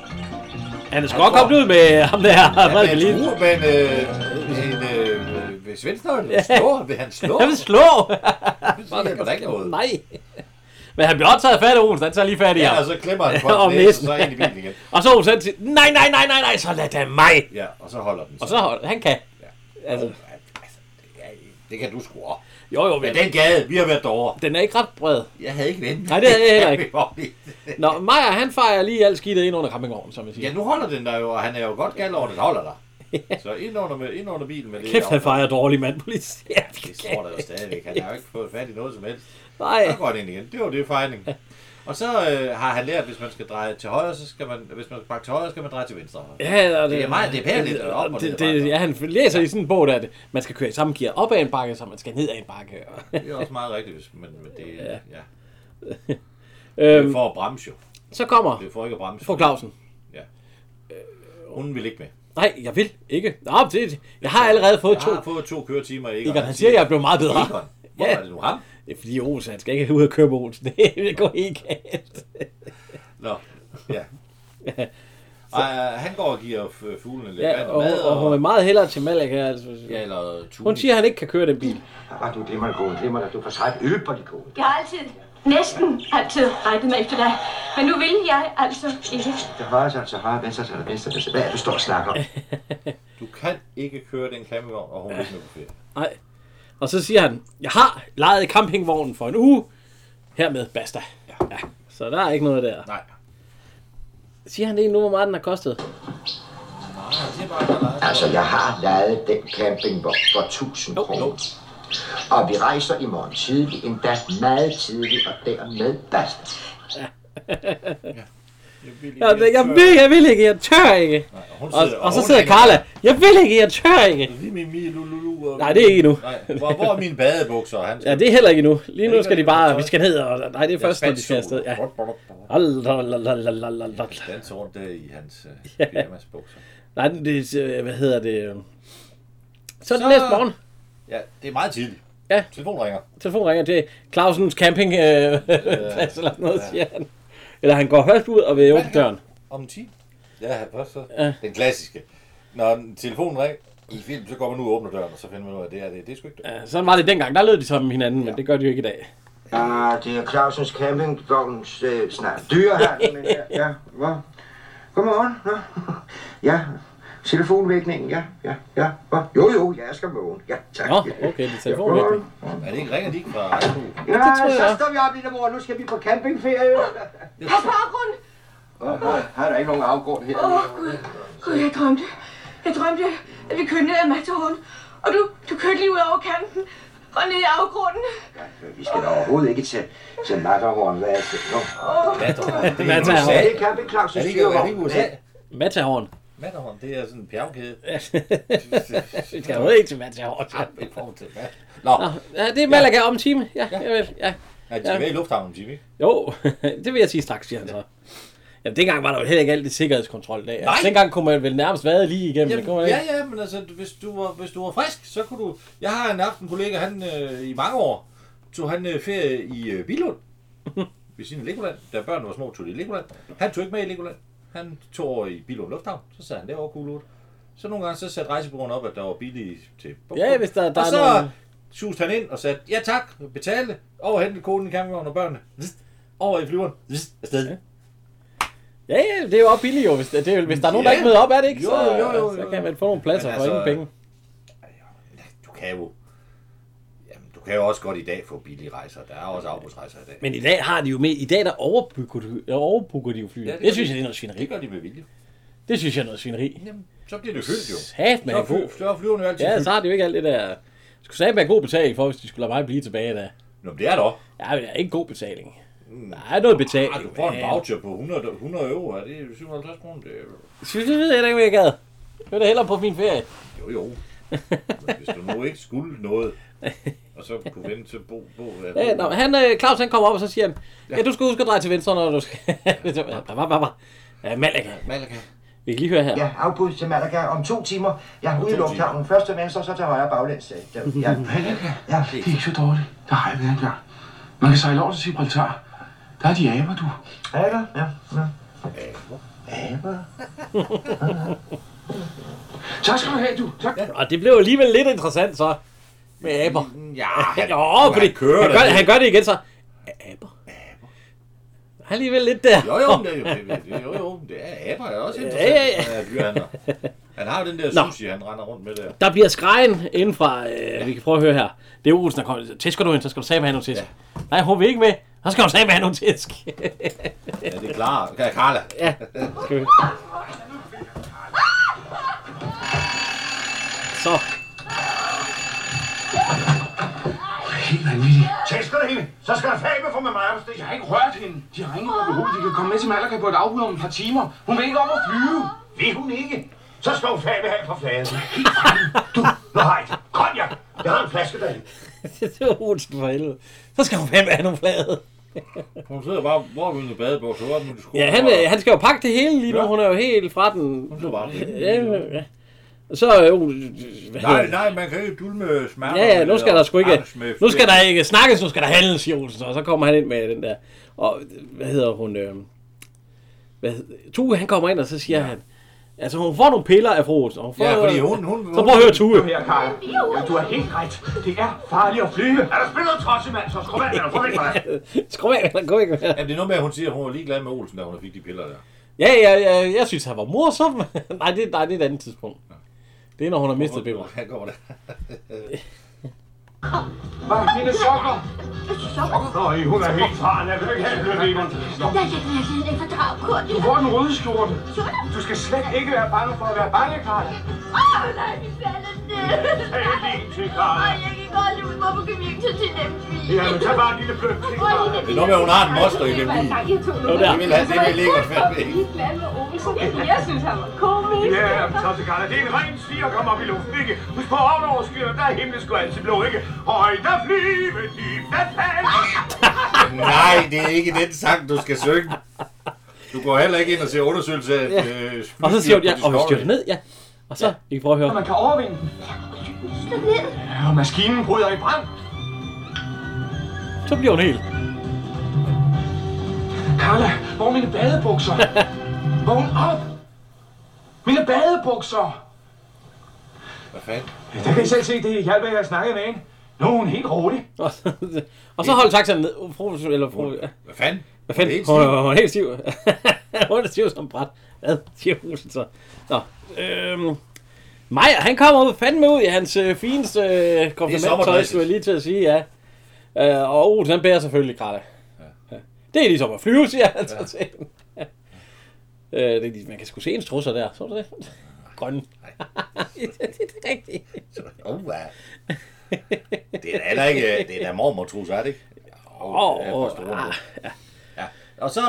Speaker 2: Han er sgu godt
Speaker 3: går-
Speaker 2: kommet ud med ham der,
Speaker 3: Han
Speaker 2: vred
Speaker 3: er en
Speaker 2: bilist.
Speaker 3: true, men øh, en øh, ved Svendstøjen slår, vil han slå?
Speaker 2: Jeg vil slå!
Speaker 3: Det hjælper da ikke noget.
Speaker 2: Nej. Men han bliver også taget fat af Olsen, han tager lige fat i
Speaker 3: Ja, altså-
Speaker 2: ham.
Speaker 3: og så klemmer han på
Speaker 2: Ja, om
Speaker 3: hans næse,
Speaker 2: næsen.
Speaker 3: og så ind i bilen igen.
Speaker 2: Og så Olsen siger, nej, nej, nej, nej, nej, så lad da mig.
Speaker 3: Ja, og så holder den.
Speaker 2: Og så holder han kan. Altså,
Speaker 3: Altså, det er- Det kan du skrue op.
Speaker 2: jo, jo,
Speaker 3: Men
Speaker 2: men
Speaker 3: den gade, vi har været derovre.
Speaker 2: den er ikke ret bred.
Speaker 3: Jeg havde ikke ventet.
Speaker 2: Nej, det havde jeg heller ikke.
Speaker 3: ikke.
Speaker 2: Nå, Maja, han fejrer lige alt skidtet ind under campingvognen, som jeg siger.
Speaker 3: Ja, nu holder den der jo, og han er jo godt gal over, den holder der. Så ind under, med, ind under bilen med det.
Speaker 2: Kæft,
Speaker 3: der-
Speaker 2: han fejrer dårlig mand, politi. Ja,
Speaker 3: Det står der jo stadigvæk. Han har jo ikke fået fat i noget som helst.
Speaker 2: Nej,
Speaker 3: Så går han ind igen. Det var det fejning. Og så øh, har han lært, at hvis man skal dreje til højre, så skal man, hvis man skal bakke til højre, skal man dreje til venstre.
Speaker 2: Ja, og
Speaker 3: Det er meget- det er pænt lidt, altså. eller op og
Speaker 2: det,
Speaker 3: ned
Speaker 2: det,
Speaker 3: ad bakker.
Speaker 2: ja, han læser i sådan en bog, der, at man skal køre i samme gear op ad en bakke, som man skal ned ad en bakke.
Speaker 3: Det er også meget rigtigt, hvis, men, men det, ja. ja. Det er
Speaker 2: øhm,
Speaker 3: for at bremse jo.
Speaker 2: så kommer
Speaker 3: Det er for ikke at bremse.
Speaker 2: fru Clausen.
Speaker 3: Hun vil ikke med.
Speaker 2: Nej, jeg vil ikke. Nå, det, jeg har allerede fået
Speaker 3: Jeg
Speaker 2: to.
Speaker 3: har fået to køretimer i Egon.
Speaker 2: Egon, han siger, at jeg er blevet meget bedre.
Speaker 3: Egon, hvor
Speaker 2: Ja.
Speaker 3: er det nu ham?
Speaker 2: Det er fordi Olsen, han skal ikke ud og køre med Olsen. Det det går ikke galt.
Speaker 3: Nå, ja. Ej, han går og giver f- fuglene lidt
Speaker 2: Ja,
Speaker 3: vand og mad.
Speaker 2: og, og, hun vil meget hellere til Malaga. Altså.
Speaker 3: ja, eller tun.
Speaker 2: Hun siger, at han ikke kan køre den bil.
Speaker 5: Ah, du glimmer det gode, glimmer det. Du får træt ypperlig gode.
Speaker 10: Jeg har altid, næsten altid rettet mig efter dig. Men nu vil jeg altså ikke.
Speaker 5: Til højre, altså, så er det til højre, venstre, så er det venstre, venstre. Hvad er det, du står og snakker om?
Speaker 3: Du kan ikke køre den klammevogn, og hun vil ikke med på ferie.
Speaker 2: Nej. Og så siger han, jeg har lejet campingvognen for en uge. Hermed basta. Ja. ja. Så der er ikke noget der.
Speaker 3: Nej.
Speaker 2: Siger han det nu, hvor meget den har kostet?
Speaker 3: Han siger bare, at han har lejet.
Speaker 5: Altså, jeg har lavet den campingvogn for 1000 kroner. Og vi rejser i morgen tidlig, endda meget tidligt, og dermed basta.
Speaker 3: vil ikke
Speaker 2: Jeg,
Speaker 3: med
Speaker 2: jeg, jeg,
Speaker 3: på ferie.
Speaker 2: vil, jeg vil ikke, jeg tør ikke.
Speaker 3: Nej, og hun
Speaker 2: Og,
Speaker 3: sidder-
Speaker 2: og så
Speaker 3: hun
Speaker 2: sidder
Speaker 3: hænger-
Speaker 2: Carla, jeg vil ikke, jeg tør ikke.
Speaker 3: Lige min mi, lululu. og-
Speaker 2: Nej, det er ikke endnu.
Speaker 3: Nej, hvor, hvor er mine badebukser? Han
Speaker 2: Ja, det er heller ikke nu. Lige nu
Speaker 3: ikke
Speaker 2: skal de
Speaker 3: noget, der er
Speaker 2: bare,
Speaker 3: tøj?
Speaker 2: vi skal ned, og nej, det er først, når de skal afsted. Ja. Lalalalalalala.
Speaker 3: Danser rundt der i hans øh, pyjamasbukser.
Speaker 2: Nej, det, er, øh, hvad hedder det? øh. Så er det
Speaker 3: Så-
Speaker 2: næste morgen.
Speaker 3: Ja, det er meget tidligt.
Speaker 2: Ja.
Speaker 3: Telefonen ringer.
Speaker 2: Telefonen ringer til Clausens camping øh, plads eller noget, siger han. Eller han går først ud og vil åbne døren.
Speaker 3: Om 10. Ja, først så. Den klassiske. Når en telefon ringer i film, så går man ud og åbner døren, og så finder man ud af, at det er det. Det er sgu ikke det.
Speaker 2: Ja, Sådan var det dengang. Der lød de sammen hinanden, men det gør de jo ikke i dag.
Speaker 5: Ja, det er Clausens campingvogns øh, snart dyrehandel. men ja, ja, hvad? Godmorgen. Nå. Ja, telefonvækningen, ja, ja, ja. Hvad? Jo, jo, jeg skal vågne. Ja, tak.
Speaker 2: Nå, okay, det er telefonvækning.
Speaker 3: Er det ikke ringer de ikke fra iPhone?
Speaker 5: Ja,
Speaker 2: tror jeg
Speaker 5: så
Speaker 2: også.
Speaker 5: står vi op, lille mor. Nu skal vi på campingferie.
Speaker 10: Pas på afgrunden!
Speaker 5: Åh, nej, her er der ikke nogen afgrund her.
Speaker 10: Åh, oh, Gud, Gud, jeg drømte. Jeg drømte, at vi kørte ned ad Matterhorn. Og du, du kørte lige ud over kanten og ned i afgrunden.
Speaker 5: Vi skal da overhovedet ikke til, til Matterhorn. Hvad er det? Nå.
Speaker 3: Matterhorn. Det er i USA.
Speaker 2: Matterhorn.
Speaker 5: Det er camping
Speaker 3: Er
Speaker 5: Clausens
Speaker 3: det ikke, er det
Speaker 5: dyrevogn.
Speaker 3: ikke USA?
Speaker 2: Matterhorn.
Speaker 3: Matterhorn, det er sådan en bjergkæde.
Speaker 2: Vi skal jo ikke til Matterhorn.
Speaker 3: En form til hvad? Nå,
Speaker 2: Ja, det er Malaga om en time. Ja, jeg ved, ja.
Speaker 3: ja, de skal være i lufthavnen, Jimmy.
Speaker 2: Jo, det vil jeg sige straks, siger han så. Jamen, dengang var der jo heller ikke alt det sikkerhedskontrol der. Altså,
Speaker 3: Nej.
Speaker 2: dengang kunne man vel nærmest vade lige igennem. det kunne man
Speaker 3: Jamen,
Speaker 2: ikke.
Speaker 3: ja, ja, men altså, hvis du, var, hvis du var frisk, så kunne du... Jeg har en aften kollega, han øh, i mange år, tog han øh, ferie i øh, Bilund, ved siden af Legoland. Da børnene var små, tog de i Legoland. Han tog ikke med i Legoland. Han tog over i Bilund Lufthavn, så sad han derovre og kuglede ud. Så nogle gange så satte rejsebureauerne op, at der var billige til bum,
Speaker 2: Ja,
Speaker 3: bum.
Speaker 2: hvis der- der
Speaker 3: og
Speaker 2: er
Speaker 3: så
Speaker 2: nogle-
Speaker 3: suste han ind og sagde, ja tak, betalte, over hente konen i campingvognen og børnene, Vst, over i flyveren, Vst, afsted.
Speaker 2: Ja, ja, det er jo også billigt jo, hvis, det, det er, jo- hvis der er nogen, der
Speaker 3: Ja.
Speaker 2: ikke møder op, er det ikke?
Speaker 3: Jo,
Speaker 2: så,
Speaker 3: jo, jo, jo.
Speaker 2: så kan man få nogle pladser
Speaker 3: Men
Speaker 2: for
Speaker 3: altså-
Speaker 2: ingen penge.
Speaker 3: Du kan jo... Jamen, du kan jo også godt i dag få billige rejser. Der er også afbudsrejser i dag.
Speaker 2: Men i dag har de jo med, i dag der overbooker de, overbooker de jo flyene.
Speaker 3: Ja,
Speaker 2: Ja,
Speaker 3: det
Speaker 2: det,
Speaker 3: gør
Speaker 2: det, synes
Speaker 3: de.
Speaker 2: jeg, det er noget svineri.
Speaker 3: Det gør de med vilje.
Speaker 2: Det synes jeg er noget svineri.
Speaker 3: Jamen, så bliver det fyldt jo.
Speaker 2: Sat med
Speaker 3: Så,
Speaker 2: en god.
Speaker 3: fly, så flyver jo altid
Speaker 2: Ja,
Speaker 3: fyldt.
Speaker 2: så har de jo ikke alt det der... Skulle sagde med god betaling for, hvis de skulle lade mig blive tilbage der.
Speaker 3: Nå, men det er der også.
Speaker 2: Ja, men der er ikke god betaling. Der er noget betaling.
Speaker 3: Ah, du får en
Speaker 2: men-
Speaker 3: voucher på 100, 100 euro. Er det 57 kroner? Det er jo...
Speaker 2: Synes jeg, ved jeg da ikke, hvad jeg gad. Det er da hellere på min ferie.
Speaker 3: Jo, jo. Men Hvis du nu ikke skulle noget, og så kunne vente til Bo... bo ja,
Speaker 2: Ja, nå, men han, øh, Claus han kommer op, og så siger han, ja, du skal huske at dreje til venstre, når du skal... Hvad, hvad, hvad, hvad? Malaga.
Speaker 3: Malaga.
Speaker 2: Vi kan lige høre her.
Speaker 5: Ja, afbud til Malaga om to timer. Jeg er ude i
Speaker 3: to
Speaker 5: lufthavnen. Først til venstre, så til højre baglæns. øh, derud. Ja.
Speaker 4: Ja, det er ikke så dårligt. Der har jeg været engang. Man kan sejle over til Gibraltar. Der er de aber, du.
Speaker 5: Ja, ja, ja. ja.
Speaker 4: Tak skal du have, du. Tak.
Speaker 2: Og det blev alligevel lidt interessant så. Med aber.
Speaker 3: Ja,
Speaker 2: Ja,
Speaker 3: han,
Speaker 2: Nå, fordi
Speaker 3: han kører
Speaker 2: han,
Speaker 3: det.
Speaker 2: gør, han gør det igen så. Aber. Han er alligevel lidt der.
Speaker 3: Jo, jo, men det, er jo- det, det, jo, jo, det er aber er også interessant,
Speaker 2: Ja, ja,
Speaker 3: ja,
Speaker 2: ja.
Speaker 3: ja, ja. dyrehandler. Han har jo den der
Speaker 2: Nå.
Speaker 3: sushi, han render rundt med der.
Speaker 2: Der bliver skrejen inden fra, øh, vi kan prøve at høre her. Det er Olsen, der kommer. Tæsk du ind, så skal du sammen have nogle tæsk. Nej, hun vil ikke med. Så skal du sammen have nogle tæsk.
Speaker 3: Ja, det er klart. Ja, Carla.
Speaker 2: ja, skal vi. Så.
Speaker 4: Helt vanvittigt.
Speaker 7: Tæt skal du hende, så skal der fabel for med mig, hvis det
Speaker 4: Jeg har ikke rørt hende. De ringer op i hovedet. De kan komme med til Malaga på et afbud om et par timer. Hun vil ikke om at flyve.
Speaker 7: Vil hun ikke? Så slår hun fabel her fra fladen. Du, nu har jeg det. Konjak, jeg har en flaske derinde.
Speaker 2: det var Olsen for helvede. Så skal hun fandme have nogle flade.
Speaker 3: Hun sidder bare, hvor vil du bade på, så var hun sko.
Speaker 2: Ja, han, øh, han skal jo pakke det hele lige nu.
Speaker 3: Ja.
Speaker 2: Hun er jo helt fra den.
Speaker 3: Hun sidder bare.
Speaker 2: Ja, ja. Og så er jo... Hvad
Speaker 3: Nej,
Speaker 2: hedder det?
Speaker 3: nej, man kan ikke dulme smerter.
Speaker 2: Ja, ja, nu skal der sgu ikke...
Speaker 3: Angst med-
Speaker 2: Nu skal der ikke snakkes, nu skal der handles, Jonsen. Og så kommer han ind med den der... Og hvad hedder hun... Øh, hvad, hed- Tue, han kommer ind, og så siger ja. han... Altså, hun får nogle piller af fru Olsen. og Hun får,
Speaker 3: Ja, fordi hun- hun-
Speaker 2: så prøv at høre Tue.
Speaker 4: Her, Karl. Ja, du har helt ret. Det er farligt at flyve.
Speaker 7: Er der spillet tosset, mand, så skru af, eller få væk fra dig.
Speaker 2: Skru af, eller gå ikke med.
Speaker 3: Jamen, det er noget med, at hun siger, at hun var ligeglad med Olsen, da hun fik de piller der.
Speaker 2: Ja, ja, ja, jeg synes, han var morsom. nej, det, nej, det er et andet tidspunkt. Det er, når hun har mistet billeder.
Speaker 3: Her går det.
Speaker 4: Hvad er dine sokker?
Speaker 7: Øj, hun er helt faren, jeg vil ikke have det, Lene.
Speaker 10: Jeg kan virkelig ikke fordrage kun
Speaker 4: Du får den røde skjorte.
Speaker 10: Sådan.
Speaker 4: Du skal slet ikke være bange for at være bange, Karl.
Speaker 10: Åh, nej, vi falder ned.
Speaker 7: Tag en lille til, Karl.
Speaker 10: Ej, jeg kan godt lide, hvorfor kan vi ikke tage til dem?
Speaker 7: Jamen, tag bare en lille blødt ting.
Speaker 3: Det er noget med, at hun har en moster i dem lige.
Speaker 2: Jo, der.
Speaker 3: Det vil han, det vil ikke være fandme ikke.
Speaker 10: Jeg synes, han var komisk.
Speaker 7: Ja, men så til Karla. Det er en ren svig at komme op i luften, ikke? Husk på op over skyerne, der er himlen sgu altid blå, ikke? Høj, der flyve de, hvad fanden?
Speaker 3: Nej, det er ikke den sang, du skal synge. Du går heller ikke ind og ser undersøgelse af... Øh,
Speaker 2: Og så siger hun, ja, og vi styrer det ned, ja. Og så, vi kan prøve at høre.
Speaker 4: Man kan overvinde den.
Speaker 10: Slå ned.
Speaker 4: Ja, og maskinen bryder i brand.
Speaker 2: Så bliver hun helt.
Speaker 4: Carla, hvor er mine badebukser? Vågn op! Mine badebukser!
Speaker 3: Hvad fanden?
Speaker 4: Der kan I selv se, det hjælper, jeg har snakket med en. Nu er hun helt rolig.
Speaker 2: Og så- og så holdt taxaen ned. Fru, eller fru,
Speaker 3: Hvad fanden?
Speaker 2: hvad fanden?
Speaker 3: Det er ikke
Speaker 2: Hun,
Speaker 3: stiv.
Speaker 2: hun, hun er helt stiv. hun er stiv som bræt. Hvad siger husen så? Nå. Øhm, Maja, han kommer ud fandme ud i hans øh, fineste øh, konfirmandtøj,
Speaker 3: sommerdresses.
Speaker 2: skulle jeg lige til at sige, ja. Øh, og Olsen, han bærer selvfølgelig kratter. Ja. Det er ligesom at flyve, siger han så til hende. øh, det er, ligesom- man kan sgu se en trusser der. Så du det? Grønne. det er det rigtige.
Speaker 3: Oh, ja. Det er da heller ikke... øh, Det er da mormortrus, er det ikke?
Speaker 2: Åh,
Speaker 3: ja,
Speaker 2: åh,
Speaker 3: på store måde. ja. Og så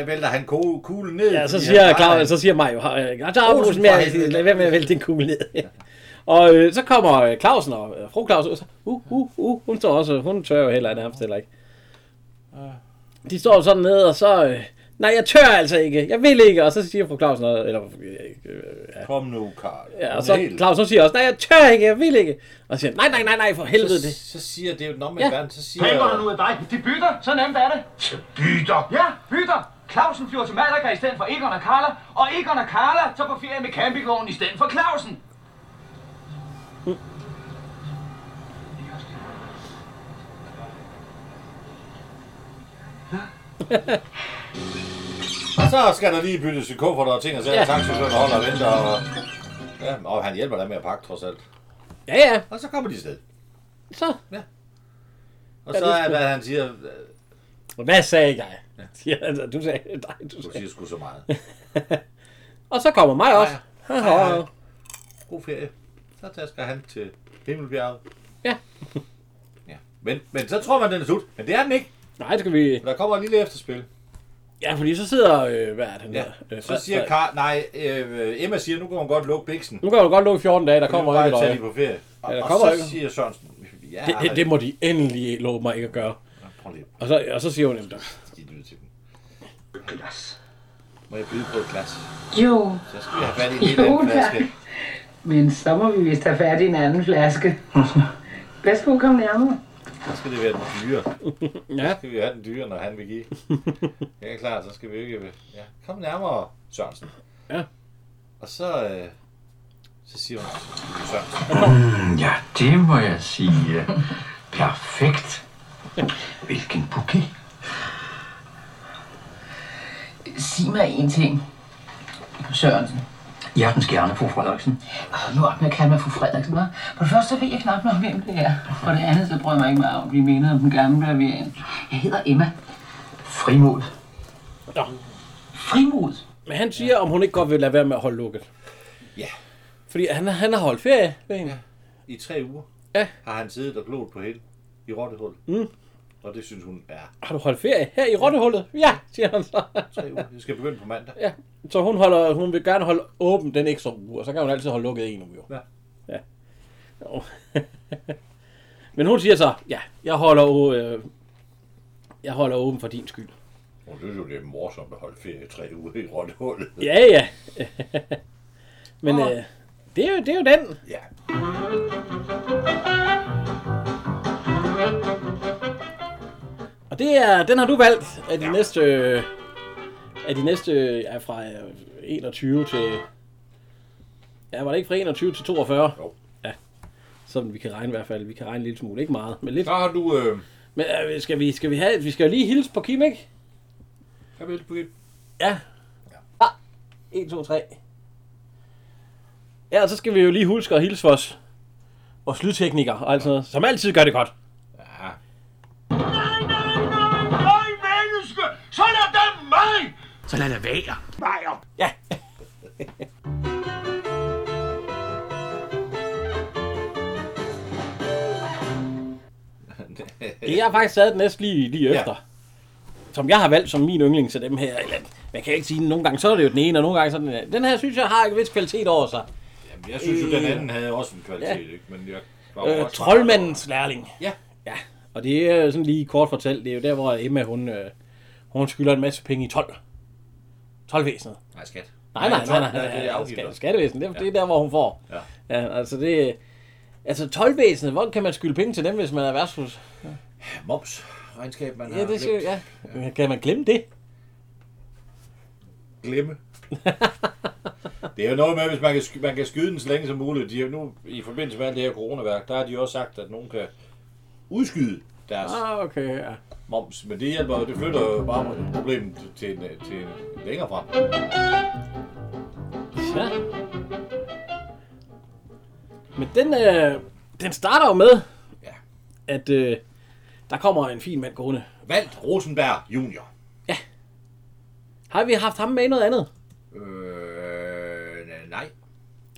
Speaker 3: øh, vælter han ko- kuglen ned.
Speaker 2: Ja, så
Speaker 3: i
Speaker 2: siger,
Speaker 3: hans
Speaker 2: Claus,
Speaker 3: barn.
Speaker 2: så siger Mario, jeg tager Olsen
Speaker 3: Olsen
Speaker 2: med,
Speaker 3: for
Speaker 2: at-
Speaker 3: helvede."
Speaker 2: lad være med at vælge din kugle ned. og øh, så kommer øh, Clausen og øh, fru Claus ud, og så, uh, uh, uh, hun står også, hun tør jo heller nærmest heller ikke. De står sådan nede, og så, øh, nej, jeg tør altså ikke, jeg vil ikke, og så siger fru Clausen, noget, eller, øh,
Speaker 3: Kom nu, Karl.
Speaker 2: ja, og så Claus, hun siger også, nej, jeg tør ikke, jeg vil ikke, og så siger, han, nej, nej, nej, nej, for helvede
Speaker 3: så,
Speaker 2: det.
Speaker 3: så siger det er jo den
Speaker 2: Ja.
Speaker 3: omvendte verden, så siger...
Speaker 4: Pengerne nu af dig. De bytter. Så nemt er det.
Speaker 7: Bytter.
Speaker 4: Ja, bytter. Clausen flyver til Malaga i stedet for Egon og Carla. Og Egon og Carla tager på ferie med campingvognen i stedet for Clausen.
Speaker 3: Og så skal der lige byttes en kuffert og ting og sager.
Speaker 2: Ja.
Speaker 3: Ja. Taxichaufføren holder og venter. Og, ja, og han hjælper dig med at pakke, trods alt.
Speaker 2: Ja, ja.
Speaker 3: Og så kommer de sted.
Speaker 2: Så.
Speaker 3: Ja. Og
Speaker 2: Ja,
Speaker 3: så
Speaker 2: det er
Speaker 3: er,
Speaker 2: sgu-
Speaker 3: hvad han siger,
Speaker 2: Hvad sagde jeg? Ja. altså, du sagde, nej, du
Speaker 3: du
Speaker 2: sagde.
Speaker 3: siger sgu så meget.
Speaker 2: Og så kommer mig også.
Speaker 3: Hej, hej. God ferie. Så tasker han til Himmelbjerget.
Speaker 2: Ja.
Speaker 3: ja. Men, men så tror man, den er slut. Men det er den ikke.
Speaker 2: Nej, det skal vi...
Speaker 3: Der kommer et lille efterspil.
Speaker 2: Ja, fordi så sidder, øh, hvad er det,
Speaker 3: Ja.
Speaker 2: øh,
Speaker 3: Så siger Kar, nej, øh, Emma siger, nu kan hun godt lukke biksen.
Speaker 2: Nu kan du godt lukke 14 dage, der kommer
Speaker 3: ikke
Speaker 2: ikke et
Speaker 3: tage
Speaker 2: øje.
Speaker 3: de på ferie. Og,
Speaker 2: Ja, der
Speaker 3: og
Speaker 2: kommer
Speaker 3: så
Speaker 2: ikke.
Speaker 3: siger Sørensen, ja,
Speaker 2: Det, det, det, må de endelig love mig ikke at gøre.
Speaker 3: Prøv lige
Speaker 2: Og så, og så siger hun, jamen,
Speaker 3: at give lyd til dem.
Speaker 8: Et glas.
Speaker 3: Må jeg byde på et glas?
Speaker 6: Jo,
Speaker 3: Så skal vi have fat i en helt
Speaker 6: Jo,
Speaker 3: anden
Speaker 6: tak.
Speaker 3: flaske.
Speaker 6: men så må vi vist have fat i en anden flaske. Værsgo, kom nærmere.
Speaker 3: Så skal det være den dyre.
Speaker 2: Ja.
Speaker 3: Så skal vi have den dyre, når han vil give. Ja, er klart, så skal vi jo ikke... Ja. Kom nærmere, Sørensen.
Speaker 2: Ja.
Speaker 3: Og så... Øh, så siger hun, Sørensen.
Speaker 4: Mm, ja, det må jeg sige. Perfekt. Hvilken buket.
Speaker 6: Sig mig en ting, Sørensen.
Speaker 4: Jeg er den skærne, fru Frederiksen.
Speaker 6: Hold nu op med at kalde mig fru Frederiksen, hva'? For det første så ved jeg knap nok, hvem det er. For det andet, så bryder jeg mig ikke meget om, at blive mindet om den gamle blavering. Jeg hedder Emma.
Speaker 4: Frimod.
Speaker 2: Nå.
Speaker 6: Frimod.
Speaker 2: Men han siger, om hun ikke godt vil lade være med at holde lukket.
Speaker 3: Ja.
Speaker 2: Fordi han, han har holdt ferie ved hende.
Speaker 3: I tre uger
Speaker 2: Ja.
Speaker 3: har han siddet og gloet på hende i rottehul.
Speaker 2: Mm.
Speaker 3: Og det synes hun er
Speaker 2: Har du holdt ferie her i Rottehullet? Ja, siger han så.
Speaker 3: tre uger. Jeg skal begynde på mandag.
Speaker 2: Ja. Så hun, holder, hun vil gerne holde åben den ekstra uge, og så kan hun altid holde lukket en uge. Jo.
Speaker 3: Ja.
Speaker 2: ja. Jo. Men hun siger så, ja, jeg holder, å- øh, jeg holder åben for din skyld.
Speaker 3: Hun synes jo, det er morsomt at holde ferie i tre uger i rottehullet.
Speaker 2: Ja, ja. Men øh, det, er jo, det er jo den.
Speaker 3: Ja.
Speaker 2: Og det er, den har du valgt af de ja. næste... øh, Af de næste... øh, Ja, fra øh, 21 til... Ja, var det ikke fra 21 til 42?
Speaker 3: Jo.
Speaker 2: Ja. Sådan vi kan regne i hvert fald. Vi kan regne en lille smule. Ikke meget, men lidt.
Speaker 3: Så har du... Øh,
Speaker 2: Men øh, skal, vi, skal vi have... Vi skal jo lige hilse på Kim, ikke?
Speaker 3: jeg vil på et.
Speaker 2: Ja. ja. 1, 2, 3. Ja, og så skal vi jo lige huske at hilse vores, vores lydtekniker og alt sådan noget, som altid gør det godt.
Speaker 3: Ja.
Speaker 7: Hej, menneske! Så lad da mig!
Speaker 2: Så lad det være.
Speaker 7: Meyer!
Speaker 2: Ja. Det er faktisk sad næsten lige, lige
Speaker 3: Ja.
Speaker 2: efter. Som jeg har valgt som min yndling til dem her. Eller, man kan ikke sige, nogle gange så er det jo den ene, og nogle gange så er det den anden. Den her synes jeg har en vis kvalitet over sig.
Speaker 3: Jamen, jeg synes jo, den anden havde også en kvalitet, ja. ikke? Men jeg var jo
Speaker 2: Øh,
Speaker 3: også-
Speaker 2: troldmandens lærling.
Speaker 3: Ja.
Speaker 2: ja. Og det er sådan lige kort fortalt, det er jo der, hvor Emma, hun, øh, hun skylder en masse penge i 12. 12-væsenet.
Speaker 3: Nej, skat.
Speaker 2: Nej, nej, nej, nej,
Speaker 3: trold-
Speaker 2: nej,
Speaker 3: det er
Speaker 2: nej,
Speaker 3: afgifter.
Speaker 2: nej skattevæsen, det, er- det er der, hvor hun får.
Speaker 3: Ja.
Speaker 2: ja altså det, altså tolvvæsenet, hvor kan man skylde penge til dem, hvis man er værtshus?
Speaker 3: Moms. Regnskab, man
Speaker 2: Ja,
Speaker 3: har
Speaker 2: det skal,
Speaker 3: glemt.
Speaker 2: ja. Kan man glemme det?
Speaker 3: glemme. det er jo noget med, hvis man kan, sky- man kan skyde den så længe som muligt. De har nu, i forbindelse med alt det her coronaværk, der har de også sagt, at nogen kan udskyde deres
Speaker 2: Ah, okay, ja.
Speaker 3: moms. Men det hjælper, det flytter jo bare problemet til, en, til en længere frem.
Speaker 2: ja. Men den, øh, den starter jo med,
Speaker 3: Ja.
Speaker 2: at øh, der kommer en fin mand gående.
Speaker 3: Valgt Rosenberg Junior.
Speaker 2: Har vi haft ham med i noget andet?
Speaker 3: Øh, nej,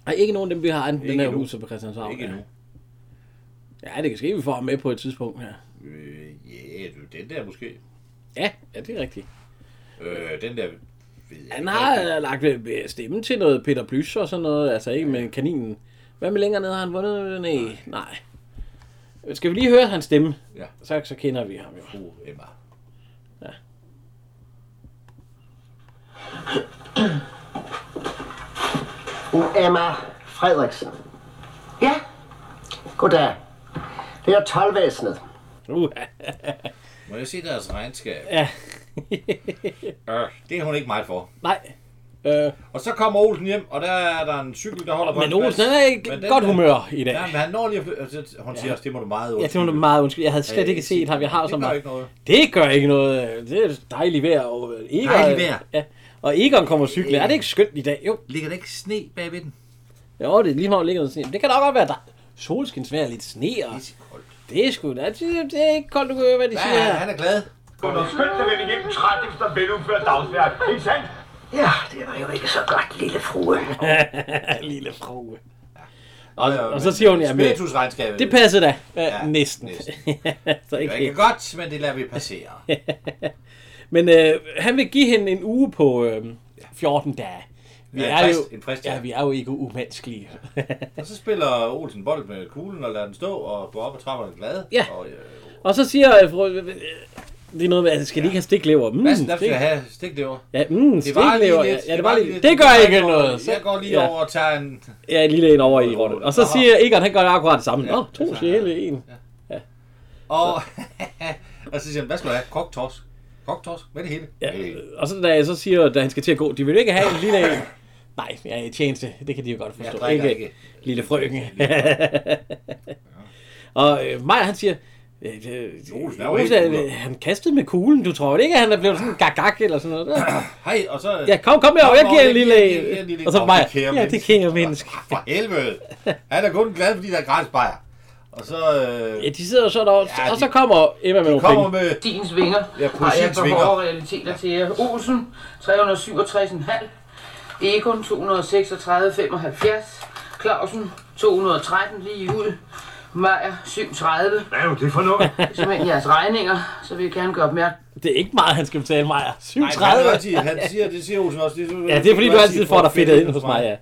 Speaker 2: Nej, ikke nogen af dem, vi har andet end den
Speaker 3: Ikke
Speaker 2: her
Speaker 3: endnu.
Speaker 2: huset på Christianshavn.
Speaker 3: ikke
Speaker 2: ja.
Speaker 3: endnu.
Speaker 2: Ja, det kan ske, vi får ham med på et tidspunkt her.
Speaker 3: Øh, ja, den der måske.
Speaker 2: Ja, ja det er rigtigt.
Speaker 3: Øh, den der ved jeg
Speaker 2: Han
Speaker 3: ikke
Speaker 2: har
Speaker 3: rigtig.
Speaker 2: øh, lagt øh, stemmen til noget Peter Plys og sådan noget, altså ikke med kaninen. Hvad med længere nede, har han vundet? Øh, Nej, nej. Øh, Skal vi lige høre hans stemme?
Speaker 3: Ja.
Speaker 2: Så, så kender vi ham jo.
Speaker 3: Fru Emma.
Speaker 11: Fru Emma Frederiksen. Ja? Goddag. Det er tolvvæsenet.
Speaker 2: Uh,
Speaker 3: Må jeg se deres regnskab?
Speaker 2: ja.
Speaker 3: Øh, det er hun ikke meget for.
Speaker 2: nej. Øh,
Speaker 3: Og så kommer Olsen hjem, og der er der en cykel, der holder på
Speaker 2: men
Speaker 3: hans
Speaker 2: Olsen
Speaker 3: plads.
Speaker 2: han er i
Speaker 3: Men den
Speaker 2: godt
Speaker 3: der-
Speaker 2: humør i dag.
Speaker 3: Ja, men han når lige at fly- altså, Hun siger også, det må du meget
Speaker 2: Ja, det var
Speaker 3: undskylde.
Speaker 2: meget undskyld. Jeg havde slet
Speaker 3: Øh,
Speaker 2: ikke set ham. Jeg har
Speaker 3: det
Speaker 2: så
Speaker 3: gør
Speaker 2: meget.
Speaker 3: ikke noget.
Speaker 2: Det gør ikke noget. Det er dejligt vejr. Og ikke
Speaker 3: Dejligt vejr.
Speaker 2: Ja. Og Egon kommer cyklen. Er det ikke skønt i dag? Jo.
Speaker 3: Ligger der ikke sne bagved den?
Speaker 2: Jo, det er lige meget, ligger noget sne. Men Det kan da godt være, der solskinsvær lidt sne. Og... Det er koldt. Det er sgu da. Det det er ikke koldt, du kan høre, hvad de
Speaker 3: Ja,
Speaker 2: siger.
Speaker 3: han er glad.
Speaker 7: Du har skyndt dig vende hjem træt efter veludført dagsværk, ikke sandt?
Speaker 11: Ja, det var jo ikke så godt, lille frue.
Speaker 2: lille frue.
Speaker 3: Og,
Speaker 2: Og så siger hun, jamen,
Speaker 3: Spiritusregnskabet.
Speaker 2: det passer da. Ja, næsten. så
Speaker 3: Det
Speaker 2: ikke
Speaker 3: er ikke
Speaker 2: helt.
Speaker 3: godt, men det lader vi passere.
Speaker 2: Men øh, han vil give hende en uge på øh, 14 dage. Vi
Speaker 3: Ja, en
Speaker 2: er
Speaker 3: frist-
Speaker 2: jo,
Speaker 3: en frist, ja.
Speaker 2: ja, vi er jo ikke umenneskelige.
Speaker 3: Og så spiller Olsen bold med kuglen og lader den stå og går op og trapper den glad.
Speaker 2: Ja.
Speaker 3: Og, øh,
Speaker 2: Og så siger øh, fru, øh, øh, det er noget med, altså, skal de ikke have stiklever? Mm,
Speaker 3: hvad skal
Speaker 2: stik-
Speaker 3: jeg have? Stik det over.
Speaker 2: Ja, mm,
Speaker 3: Det var lige
Speaker 2: stiklever. Ja,
Speaker 3: lidt.
Speaker 2: ja, det,
Speaker 3: var
Speaker 2: var
Speaker 3: lige
Speaker 2: lige,
Speaker 3: lidt.
Speaker 2: det gør
Speaker 3: Jeg
Speaker 2: ikke
Speaker 3: går-
Speaker 2: noget. Så-
Speaker 3: jeg går lige
Speaker 2: ja.
Speaker 3: over og tager en...
Speaker 2: Ja, en lille en over i rotten. Og så siger Egon, han gør det akkurat det samme. Nå, to sjæle, en.
Speaker 3: Og, og så siger han, hvad skal du have? Kogt torsk. Kogt torsk med det hele.
Speaker 2: Ja.
Speaker 3: Med det hele.
Speaker 2: Og så da jeg så siger, da han skal til at gå, de vil jo ikke have en lille en. Nej, jeg er i tjeneste. Det kan de jo godt forstå.
Speaker 3: drikker
Speaker 2: ikke,
Speaker 3: ikke.
Speaker 2: lille frøken. og øh, Maja, han siger, øh, øh,
Speaker 3: Olsen er jo
Speaker 2: Olsen,
Speaker 3: helt
Speaker 2: han,
Speaker 3: ude.
Speaker 2: øh, han kastede med kuglen. Du tror jo ikke, at han er blevet sådan gagak eller sådan noget?
Speaker 3: Hej, og så...
Speaker 2: Ja, kom, kom herover, jeg giver en lille
Speaker 3: jeg giver en
Speaker 2: en.
Speaker 3: lille
Speaker 2: Og så
Speaker 3: Åh,
Speaker 2: Maja,
Speaker 3: det kære
Speaker 2: ja, det
Speaker 3: menneske.
Speaker 2: kære menneske.
Speaker 3: For helvede. Han er kun glad, fordi der er gratis bajer. Og så... Øh,
Speaker 2: Ja, de sidder jo så derovre,
Speaker 3: Ja,
Speaker 2: og
Speaker 3: de-
Speaker 2: så kommer Emma med nogle
Speaker 3: kommer
Speaker 2: penge.
Speaker 3: med...
Speaker 6: Din svinger
Speaker 3: Ja,
Speaker 6: har jeg
Speaker 3: politiets
Speaker 6: for
Speaker 3: vinger.
Speaker 6: hårde realiteter til jer. Olsen 367,5. Egon 236,75. Clausen 213 lige ud. Meier 730.
Speaker 9: Hvad er det for noget?
Speaker 6: Som en jeres regninger, så vil jeg gerne gøre opmærksom.
Speaker 2: Det er ikke meget, han skal betale Maja.
Speaker 3: Nej, men han, er
Speaker 2: 37.
Speaker 3: altid, han siger, det siger Olsen også. Det,
Speaker 2: Ja, det er fordi, du altid får dig fedtet ind hos mig, ja.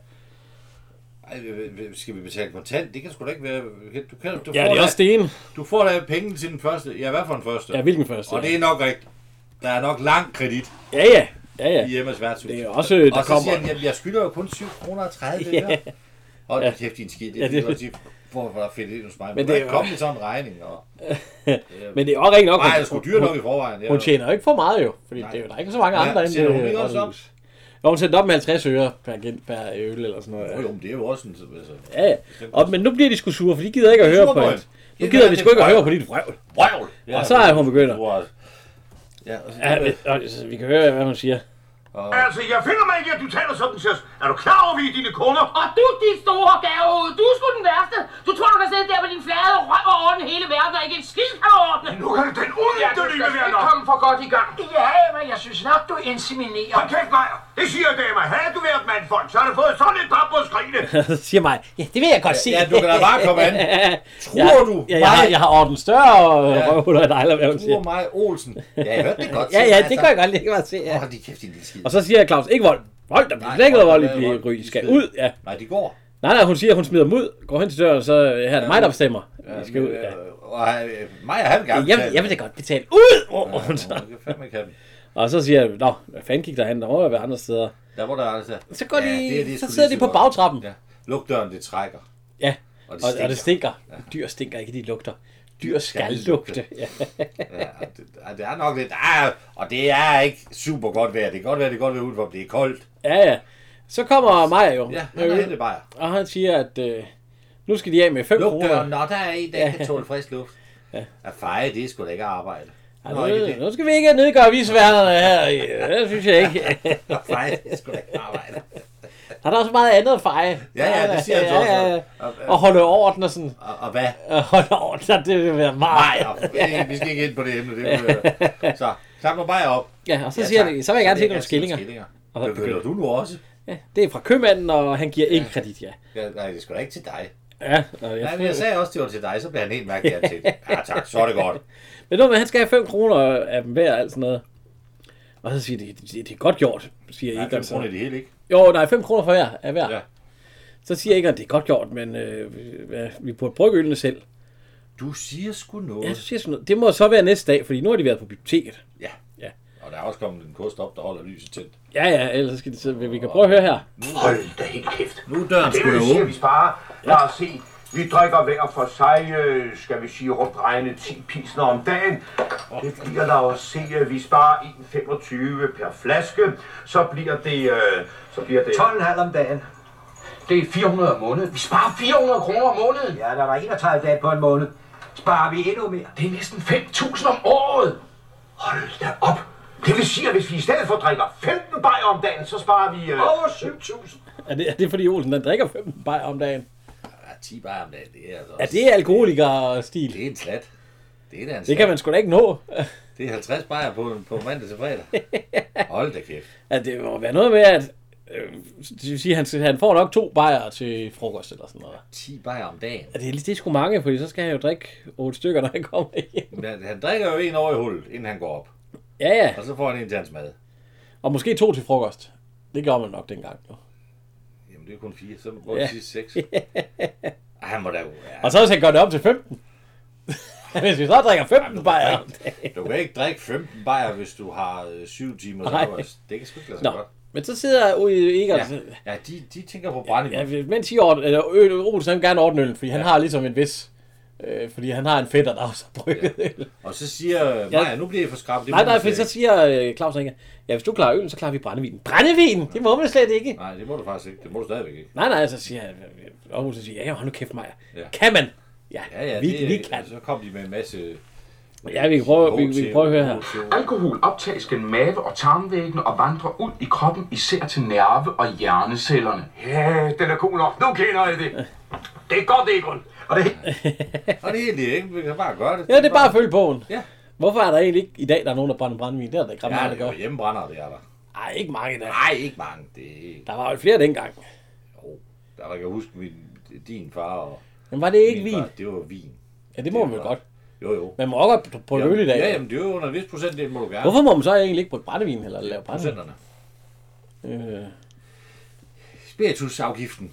Speaker 3: Ej, øh, øh, skal vi betale kontant? Det kan sgu da ikke være... Du, kan, du
Speaker 2: Ja, det
Speaker 3: får
Speaker 2: er
Speaker 3: da-
Speaker 2: også det ene.
Speaker 3: Du får da penge til den første. Ja, hvad for en første?
Speaker 2: Ja, hvilken første?
Speaker 3: Og
Speaker 2: ja.
Speaker 3: det er nok rigtigt. Der er nok lang kredit
Speaker 2: Ja, ja. Ja, ja.
Speaker 3: i Emmas værtshus.
Speaker 2: Det er også, øh, der
Speaker 3: og så
Speaker 2: kommer...
Speaker 3: siger han, jamen, jeg skylder jo kun 7 kroner og 30
Speaker 2: Ja.
Speaker 3: øre. Hold da kæft, din skid. Det
Speaker 2: Ja,
Speaker 3: er
Speaker 2: det-
Speaker 3: ja, det, det, hvor hvor der er fedt ind hos mig.
Speaker 2: Men
Speaker 3: Men
Speaker 2: det
Speaker 3: det
Speaker 2: er jo-
Speaker 3: er kommet til sådan en regning. Og...
Speaker 2: Men det er jo rigtig nok.
Speaker 3: Nej,
Speaker 2: hun-
Speaker 3: det er sgu dyrt
Speaker 2: hun-
Speaker 3: nok i forvejen. Ja.
Speaker 2: Hun tjener jo ikke for meget jo, fordi det er jo der er ikke så mange andre
Speaker 3: ja,
Speaker 2: end
Speaker 3: sætter hun
Speaker 2: det.
Speaker 3: ikke også op?
Speaker 2: Og hun sætter op med 50 øre per, gen- per øl eller sådan noget.
Speaker 3: Jo, jo, men det er jo også en... Altså,
Speaker 2: Ja, ja. Og, men nu bliver de sgu sure, for de gider ikke at høre på
Speaker 3: Sure på
Speaker 2: det.
Speaker 3: hende.
Speaker 2: Nu
Speaker 3: Det
Speaker 2: gider
Speaker 3: er
Speaker 2: de
Speaker 3: det
Speaker 2: sgu ikke at
Speaker 3: vrøvl.
Speaker 2: høre på dit vrøvl.
Speaker 3: Brøvl! Ja,
Speaker 2: Og så er hun begyndt at-
Speaker 3: Wow. Ja, og så,
Speaker 2: Ja, øh, og, og, vi kan høre, hvad hun siger.
Speaker 7: Altså, jeg finder mig ikke, at du taler sådan til os. Er du klar over, vi er dine kunder?
Speaker 6: Og du, din store gavehoved, du er sgu den værste. Du tror, du kan sidde der med din flade røv og ordne hele verden, og ikke en skid kan ordne.
Speaker 7: Nu kan den uden,
Speaker 6: Ja,
Speaker 7: ja,
Speaker 6: du
Speaker 7: det
Speaker 6: skal
Speaker 7: ikke være
Speaker 6: ikke
Speaker 7: nok.
Speaker 6: komme for godt i gang.
Speaker 8: Ja, men jeg synes nok, du inseminerer.
Speaker 7: Hold kæft, Maja. Det siger jeg, damer. Havde du været mandfolk, så har du fået sådan et drab på skrine.
Speaker 2: Så siger mig, ja, det vil jeg godt se.
Speaker 3: ja, du kan da bare komme an. Tror
Speaker 2: Ja,
Speaker 3: du
Speaker 2: Ja, jeg, har, jeg har orden større og ja.
Speaker 3: Ja.
Speaker 2: røvhuller end dig, eller hvad hun
Speaker 3: Du
Speaker 2: siger.
Speaker 3: og mig, Olsen. Ja, jeg hørte det godt.
Speaker 2: Ja, ja, det kan jeg godt lige bare se. Ja.
Speaker 3: Hold de kæft, din lille skid.
Speaker 2: Og så siger Claus, ikke vold. Vold, der bliver
Speaker 3: Nej,
Speaker 2: slet ikke noget
Speaker 3: vold,
Speaker 2: vold,
Speaker 3: der
Speaker 2: I bliver
Speaker 3: bliver vold.
Speaker 2: ry. I skal
Speaker 3: De skal-
Speaker 2: ud, ja.
Speaker 3: Nej, de går.
Speaker 2: Nej, nej, hun siger, hun smider dem ud, går hen til døren, og så øh, her er det mig, der bestemmer. I skal ud, ja.
Speaker 3: Øh, Og han- øh, mig og han vil gerne
Speaker 2: Jeg, vil- jeg vil da godt betale ud! råber hun så.
Speaker 3: Jeg fandme kan den.
Speaker 2: Og så siger jeg, nå, hvad fanden gik der hen? Der må jo være andre steder.
Speaker 3: Der hvor der er altså.
Speaker 2: Så går de,
Speaker 3: det er- det er
Speaker 2: så
Speaker 3: sgu
Speaker 2: sidder
Speaker 3: lige
Speaker 2: de på
Speaker 3: godt.
Speaker 2: bagtrappen. Ja,
Speaker 3: Ja. Luk døren, det trækker.
Speaker 2: og,
Speaker 3: Og
Speaker 2: det
Speaker 3: det
Speaker 2: og, det
Speaker 3: stinker.
Speaker 2: stinker. Dyr stinker ikke, de lugter. Dyr skal
Speaker 3: skal
Speaker 2: lugte. Ja.
Speaker 3: Ja, og det, og det er nok lidt, ah, og det er ikke super godt vejr. Det kan godt være, det er godt vejr udenfor, men det er koldt.
Speaker 2: ja, ja. Så kommer Maja jo,
Speaker 3: Ja,
Speaker 2: med
Speaker 3: han er
Speaker 2: øl,
Speaker 3: hentet bare.
Speaker 2: og han siger, at øh, nu skal de af med 5
Speaker 3: Luk
Speaker 2: kroner.
Speaker 3: døren, når der er en, der kan tåle frisk luft. At feje, det er sgu da ikke arbejde.
Speaker 2: Ja,
Speaker 3: Nå, ikke
Speaker 2: nu,
Speaker 3: det.
Speaker 2: nu skal vi ikke nedgøre visværnerne her. Ja, Det synes jeg ikke.
Speaker 3: At feje, det er sgu da ikke arbejde.
Speaker 2: Der er da også meget andet at feje.
Speaker 3: Ja, ja, det siger han så
Speaker 2: ja, ja, ja.
Speaker 3: også. Og-
Speaker 2: Og holde orden og sådan.
Speaker 3: Og, og hvad?
Speaker 2: Og holde orden, det vil være meget.
Speaker 3: Bajer. Ja, vi skal ikke ind på det emne. Det vil, øh, så, klap mig bare op.
Speaker 2: Ja, og så siger
Speaker 3: tak.
Speaker 2: han, så vil jeg gerne se nogle
Speaker 3: se nogle
Speaker 2: skillinger. Og så
Speaker 3: Det begynder du nu også.
Speaker 2: Ja, det er fra købmanden, og han giver ikke kredit, ja.
Speaker 3: Ja, nej, det er sgu da ikke til dig.
Speaker 2: Ja, og
Speaker 3: Nej,
Speaker 2: jeg,
Speaker 3: men jeg sagde også, det var til dig, så blev han helt mærkelig til. Ja, tak, så er det godt.
Speaker 2: men nu, han skal have 5 kroner af dem hver, og alt sådan noget. Og så siger de, det, det er godt gjort, siger
Speaker 3: Nej,
Speaker 2: Egon.
Speaker 3: fem
Speaker 2: så.
Speaker 3: kroner i det hele, ikke?
Speaker 2: Jo, nej, 5 kroner for hver, af hver.
Speaker 3: Ja.
Speaker 2: Så siger Egon, det er godt gjort, men øh, vi- hvad, vi burde brygge ølene selv.
Speaker 3: Du siger sgu
Speaker 2: Ja, så
Speaker 3: noget.
Speaker 2: siger jeg sådan noget. Det må så være næste dag, fordi nu har de været på biblioteket.
Speaker 3: Ja.
Speaker 2: Ja.
Speaker 3: Og der er også kommet en kost op, der holder lyset tændt.
Speaker 2: Ja, ja, ellers så skal de sidde. Vi kan prøve at høre her.
Speaker 9: Hold da helt kæft.
Speaker 3: Nu er døren
Speaker 9: Det
Speaker 3: sgu da
Speaker 9: vil sige, at
Speaker 3: åben.
Speaker 9: vi sparer. Lad os se. Vi drikker hver for sig, øh, skal vi sige, rundt regnet 10 pilsner om dagen. Det bliver der at se, at vi sparer 1,25 per flaske. Så bliver det... Øh, så bliver det...
Speaker 5: 12,5 om dagen.
Speaker 4: Det er 400 om måneden. Vi sparer 400 kroner om måneden.
Speaker 5: Ja, der var 31 dage på en måned. Sparer vi endnu mere.
Speaker 4: Det er næsten 5.000 om året.
Speaker 9: Hold da op. Det vil sige, at hvis vi i stedet for drikker 15 bajer om dagen, så sparer vi... Øh...
Speaker 2: Over
Speaker 9: 7.000.
Speaker 2: Er det, er det fordi Olsen, den drikker 15 bajer om dagen?
Speaker 3: Ja, 10 bare om dagen, det er altså
Speaker 2: Er det alkoholikerstil?
Speaker 3: Det er en slat. Det, er da en
Speaker 2: Det kan man sgu da ikke nå.
Speaker 3: Det er 50 bajer på, på mandag til fredag. Hold da kæft.
Speaker 2: At det må være noget med, at øh, det vil sige, han, han får nok to bajer til frokost eller sådan noget.
Speaker 3: 10 bajer om dagen.
Speaker 2: Ja, det, er, det er sgu mange, fordi så skal han jo drikke otte stykker, når han kommer hjem.
Speaker 3: Men han- han drikker jo en over i hullet, inden han går op.
Speaker 2: Ja, ja.
Speaker 3: Og så får han en til hans mad.
Speaker 2: Og måske to til frokost. Det gjorde man nok dengang. Jo.
Speaker 3: Jamen, det er kun fire, så må
Speaker 2: Ja.
Speaker 3: ja. sige seks. Ej, han må da jo... Ja.
Speaker 2: Og så hvis han gør det op til 15. hvis vi så drikker 15 bajer om dagen.
Speaker 3: Du kan ikke drikke 15 bajer, hvis du har øh, 7 timers
Speaker 2: Nej.
Speaker 3: arbejde. Det kan sgu ikke lade sig
Speaker 2: Nå,
Speaker 3: godt.
Speaker 2: men så sidder Ui Egon...
Speaker 3: Ja, ja de, de tænker på brændevin.
Speaker 2: Ja, mens I ordner, eller Øl, Olsen han vil gerne ordne øl, fordi han har ligesom en vis... Øh, fordi han har en fætter, der også har brygget øl.
Speaker 3: Og så siger øh,
Speaker 2: Ja.
Speaker 3: Maja, nu bliver jeg for skrabet.
Speaker 2: Nej, nej, for så siger øh, Claus ikke, ja, hvis du klarer øl, så klarer vi brændevin. Brændevin! Det må man slet ikke.
Speaker 3: Nej, det må du faktisk ikke. Det må du stadigvæk ikke.
Speaker 2: Nej, nej, så siger han, øh, og Olsen siger, ja, hold nu kæft, Maja.
Speaker 3: Ja.
Speaker 2: Kan man? Ja,
Speaker 3: Ja, ja,
Speaker 2: vi,
Speaker 3: det,
Speaker 2: vi kan.
Speaker 3: Så kom de med en masse...
Speaker 2: Ja, vi kan prøve, vi, vi kan prøve at høre her.
Speaker 12: Alkohol optages gennem mave- og tarmvæggene og vandrer ud i kroppen, især til nerve- og hjernecellerne.
Speaker 9: Ja, den er god nok. Nu kender jeg det. Det er godt, Egon. Og det,
Speaker 3: Og det er egentlig ikke. Vi kan bare gøre det.
Speaker 2: Ja, det er bare at følge bogen.
Speaker 3: Ja.
Speaker 2: Hvorfor er der egentlig ikke i dag, der er nogen, der brænder brændevin? Det er der ikke ret
Speaker 3: Ja,
Speaker 2: mange, der
Speaker 3: det er
Speaker 2: gør.
Speaker 3: jo hjemmebrændere, det er der.
Speaker 2: Nej, ikke mange der.
Speaker 3: Nej, ikke mange. Det...
Speaker 2: Der var jo flere dengang.
Speaker 3: Der, der kan huske min, din far og...
Speaker 2: Men var det ikke
Speaker 3: min
Speaker 2: vin?
Speaker 3: Far, det var vin.
Speaker 2: Ja, det må man vel godt.
Speaker 3: Jo, jo.
Speaker 2: Man må også godt på en
Speaker 3: Jamen,
Speaker 2: øl i dag.
Speaker 3: Ja, jamen, det er jo under en vis procent, det må du gerne.
Speaker 2: Hvorfor må man så egentlig ikke bruge brændevin eller lave brændevin?
Speaker 3: Procenterne.
Speaker 2: Øh,
Speaker 3: Spiritusafgiften.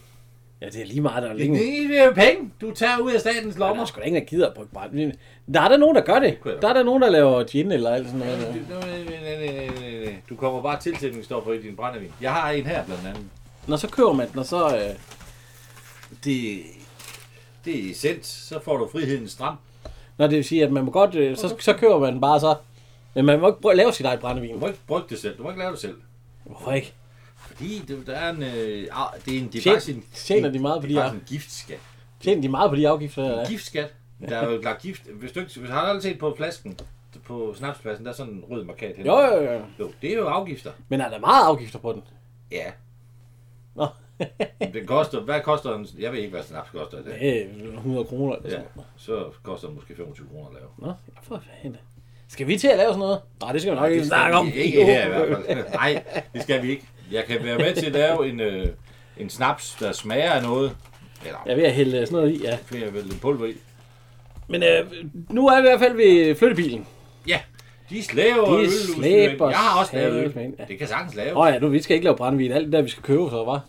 Speaker 2: ja, det er lige meget, der er
Speaker 3: Det,
Speaker 2: længe.
Speaker 3: det er jo penge, du tager ud af statens
Speaker 2: Der er
Speaker 3: lommer.
Speaker 2: sgu da ingen, der gider at bruge brændevin. Der er der nogen, der gør det. Der er der nogen, der laver gin eller alt sådan noget. der.
Speaker 3: Du kommer bare tilsætningsstoffer i din brændevin. Jeg har en her blandt andet.
Speaker 2: Når så køber man den, og så... Øh,
Speaker 3: Det, det er essens, så får du friheden stram.
Speaker 2: når det vil sige, at man må godt... Øh, så, så køber man den bare så... Men man må ikke br- lave sit eget brændevin.
Speaker 3: Du må ikke brygge det selv, du må ikke lave det selv.
Speaker 2: Hvorfor ikke?
Speaker 3: Fordi det, der er en, øh, ar- det er en, det er
Speaker 2: Tjen-
Speaker 3: faktisk en,
Speaker 2: tjener de meget på
Speaker 3: det
Speaker 2: de
Speaker 3: er faktisk
Speaker 2: her?
Speaker 3: en giftskat.
Speaker 2: Tjener de meget på de afgifter?
Speaker 3: En
Speaker 2: Eller?
Speaker 3: giftskat. Der er jo lagt gift. Hvis du, ikke, hvis har du aldrig set på flasken, på snapspladsen, der er sådan en rød markat hen.
Speaker 2: Jo, jo, jo.
Speaker 3: Jo, det er jo afgifter.
Speaker 2: Men er der meget afgifter på den?
Speaker 3: Ja.
Speaker 2: Nå.
Speaker 3: den koster, hvad koster en, jeg ved ikke, hvad snaps koster i dag.
Speaker 2: Øh, 100 kroner eller
Speaker 3: Ja,
Speaker 2: sådan noget.
Speaker 3: så koster den måske 25 kroner at lave.
Speaker 2: Nå, for fanden. Skal vi til at lave sådan noget? Nej, det skal vi nok
Speaker 3: Det
Speaker 2: ikke
Speaker 3: skal
Speaker 2: snakke
Speaker 3: vi
Speaker 2: om.
Speaker 3: Ikke her i hvert fald. Nej, det skal vi ikke. Jeg kan være med til at lave en, øh, en snaps, der smager af noget. Eller
Speaker 2: Jeg er ved at hælde øh, sådan noget i, ja.
Speaker 3: flere vel lidt pulver i.
Speaker 2: Men øh, nu er vi i hvert fald ved flyttebilen.
Speaker 3: Ja, de slæber
Speaker 2: De
Speaker 3: øl.
Speaker 2: slæber
Speaker 3: Jeg har også lavet
Speaker 2: slæber ind,
Speaker 3: øl.
Speaker 2: ja.
Speaker 3: Det kan sagtens lave.
Speaker 2: Åh oh, ja, nu vi skal ikke lave brændevin. Alt det der, vi skal købe, så var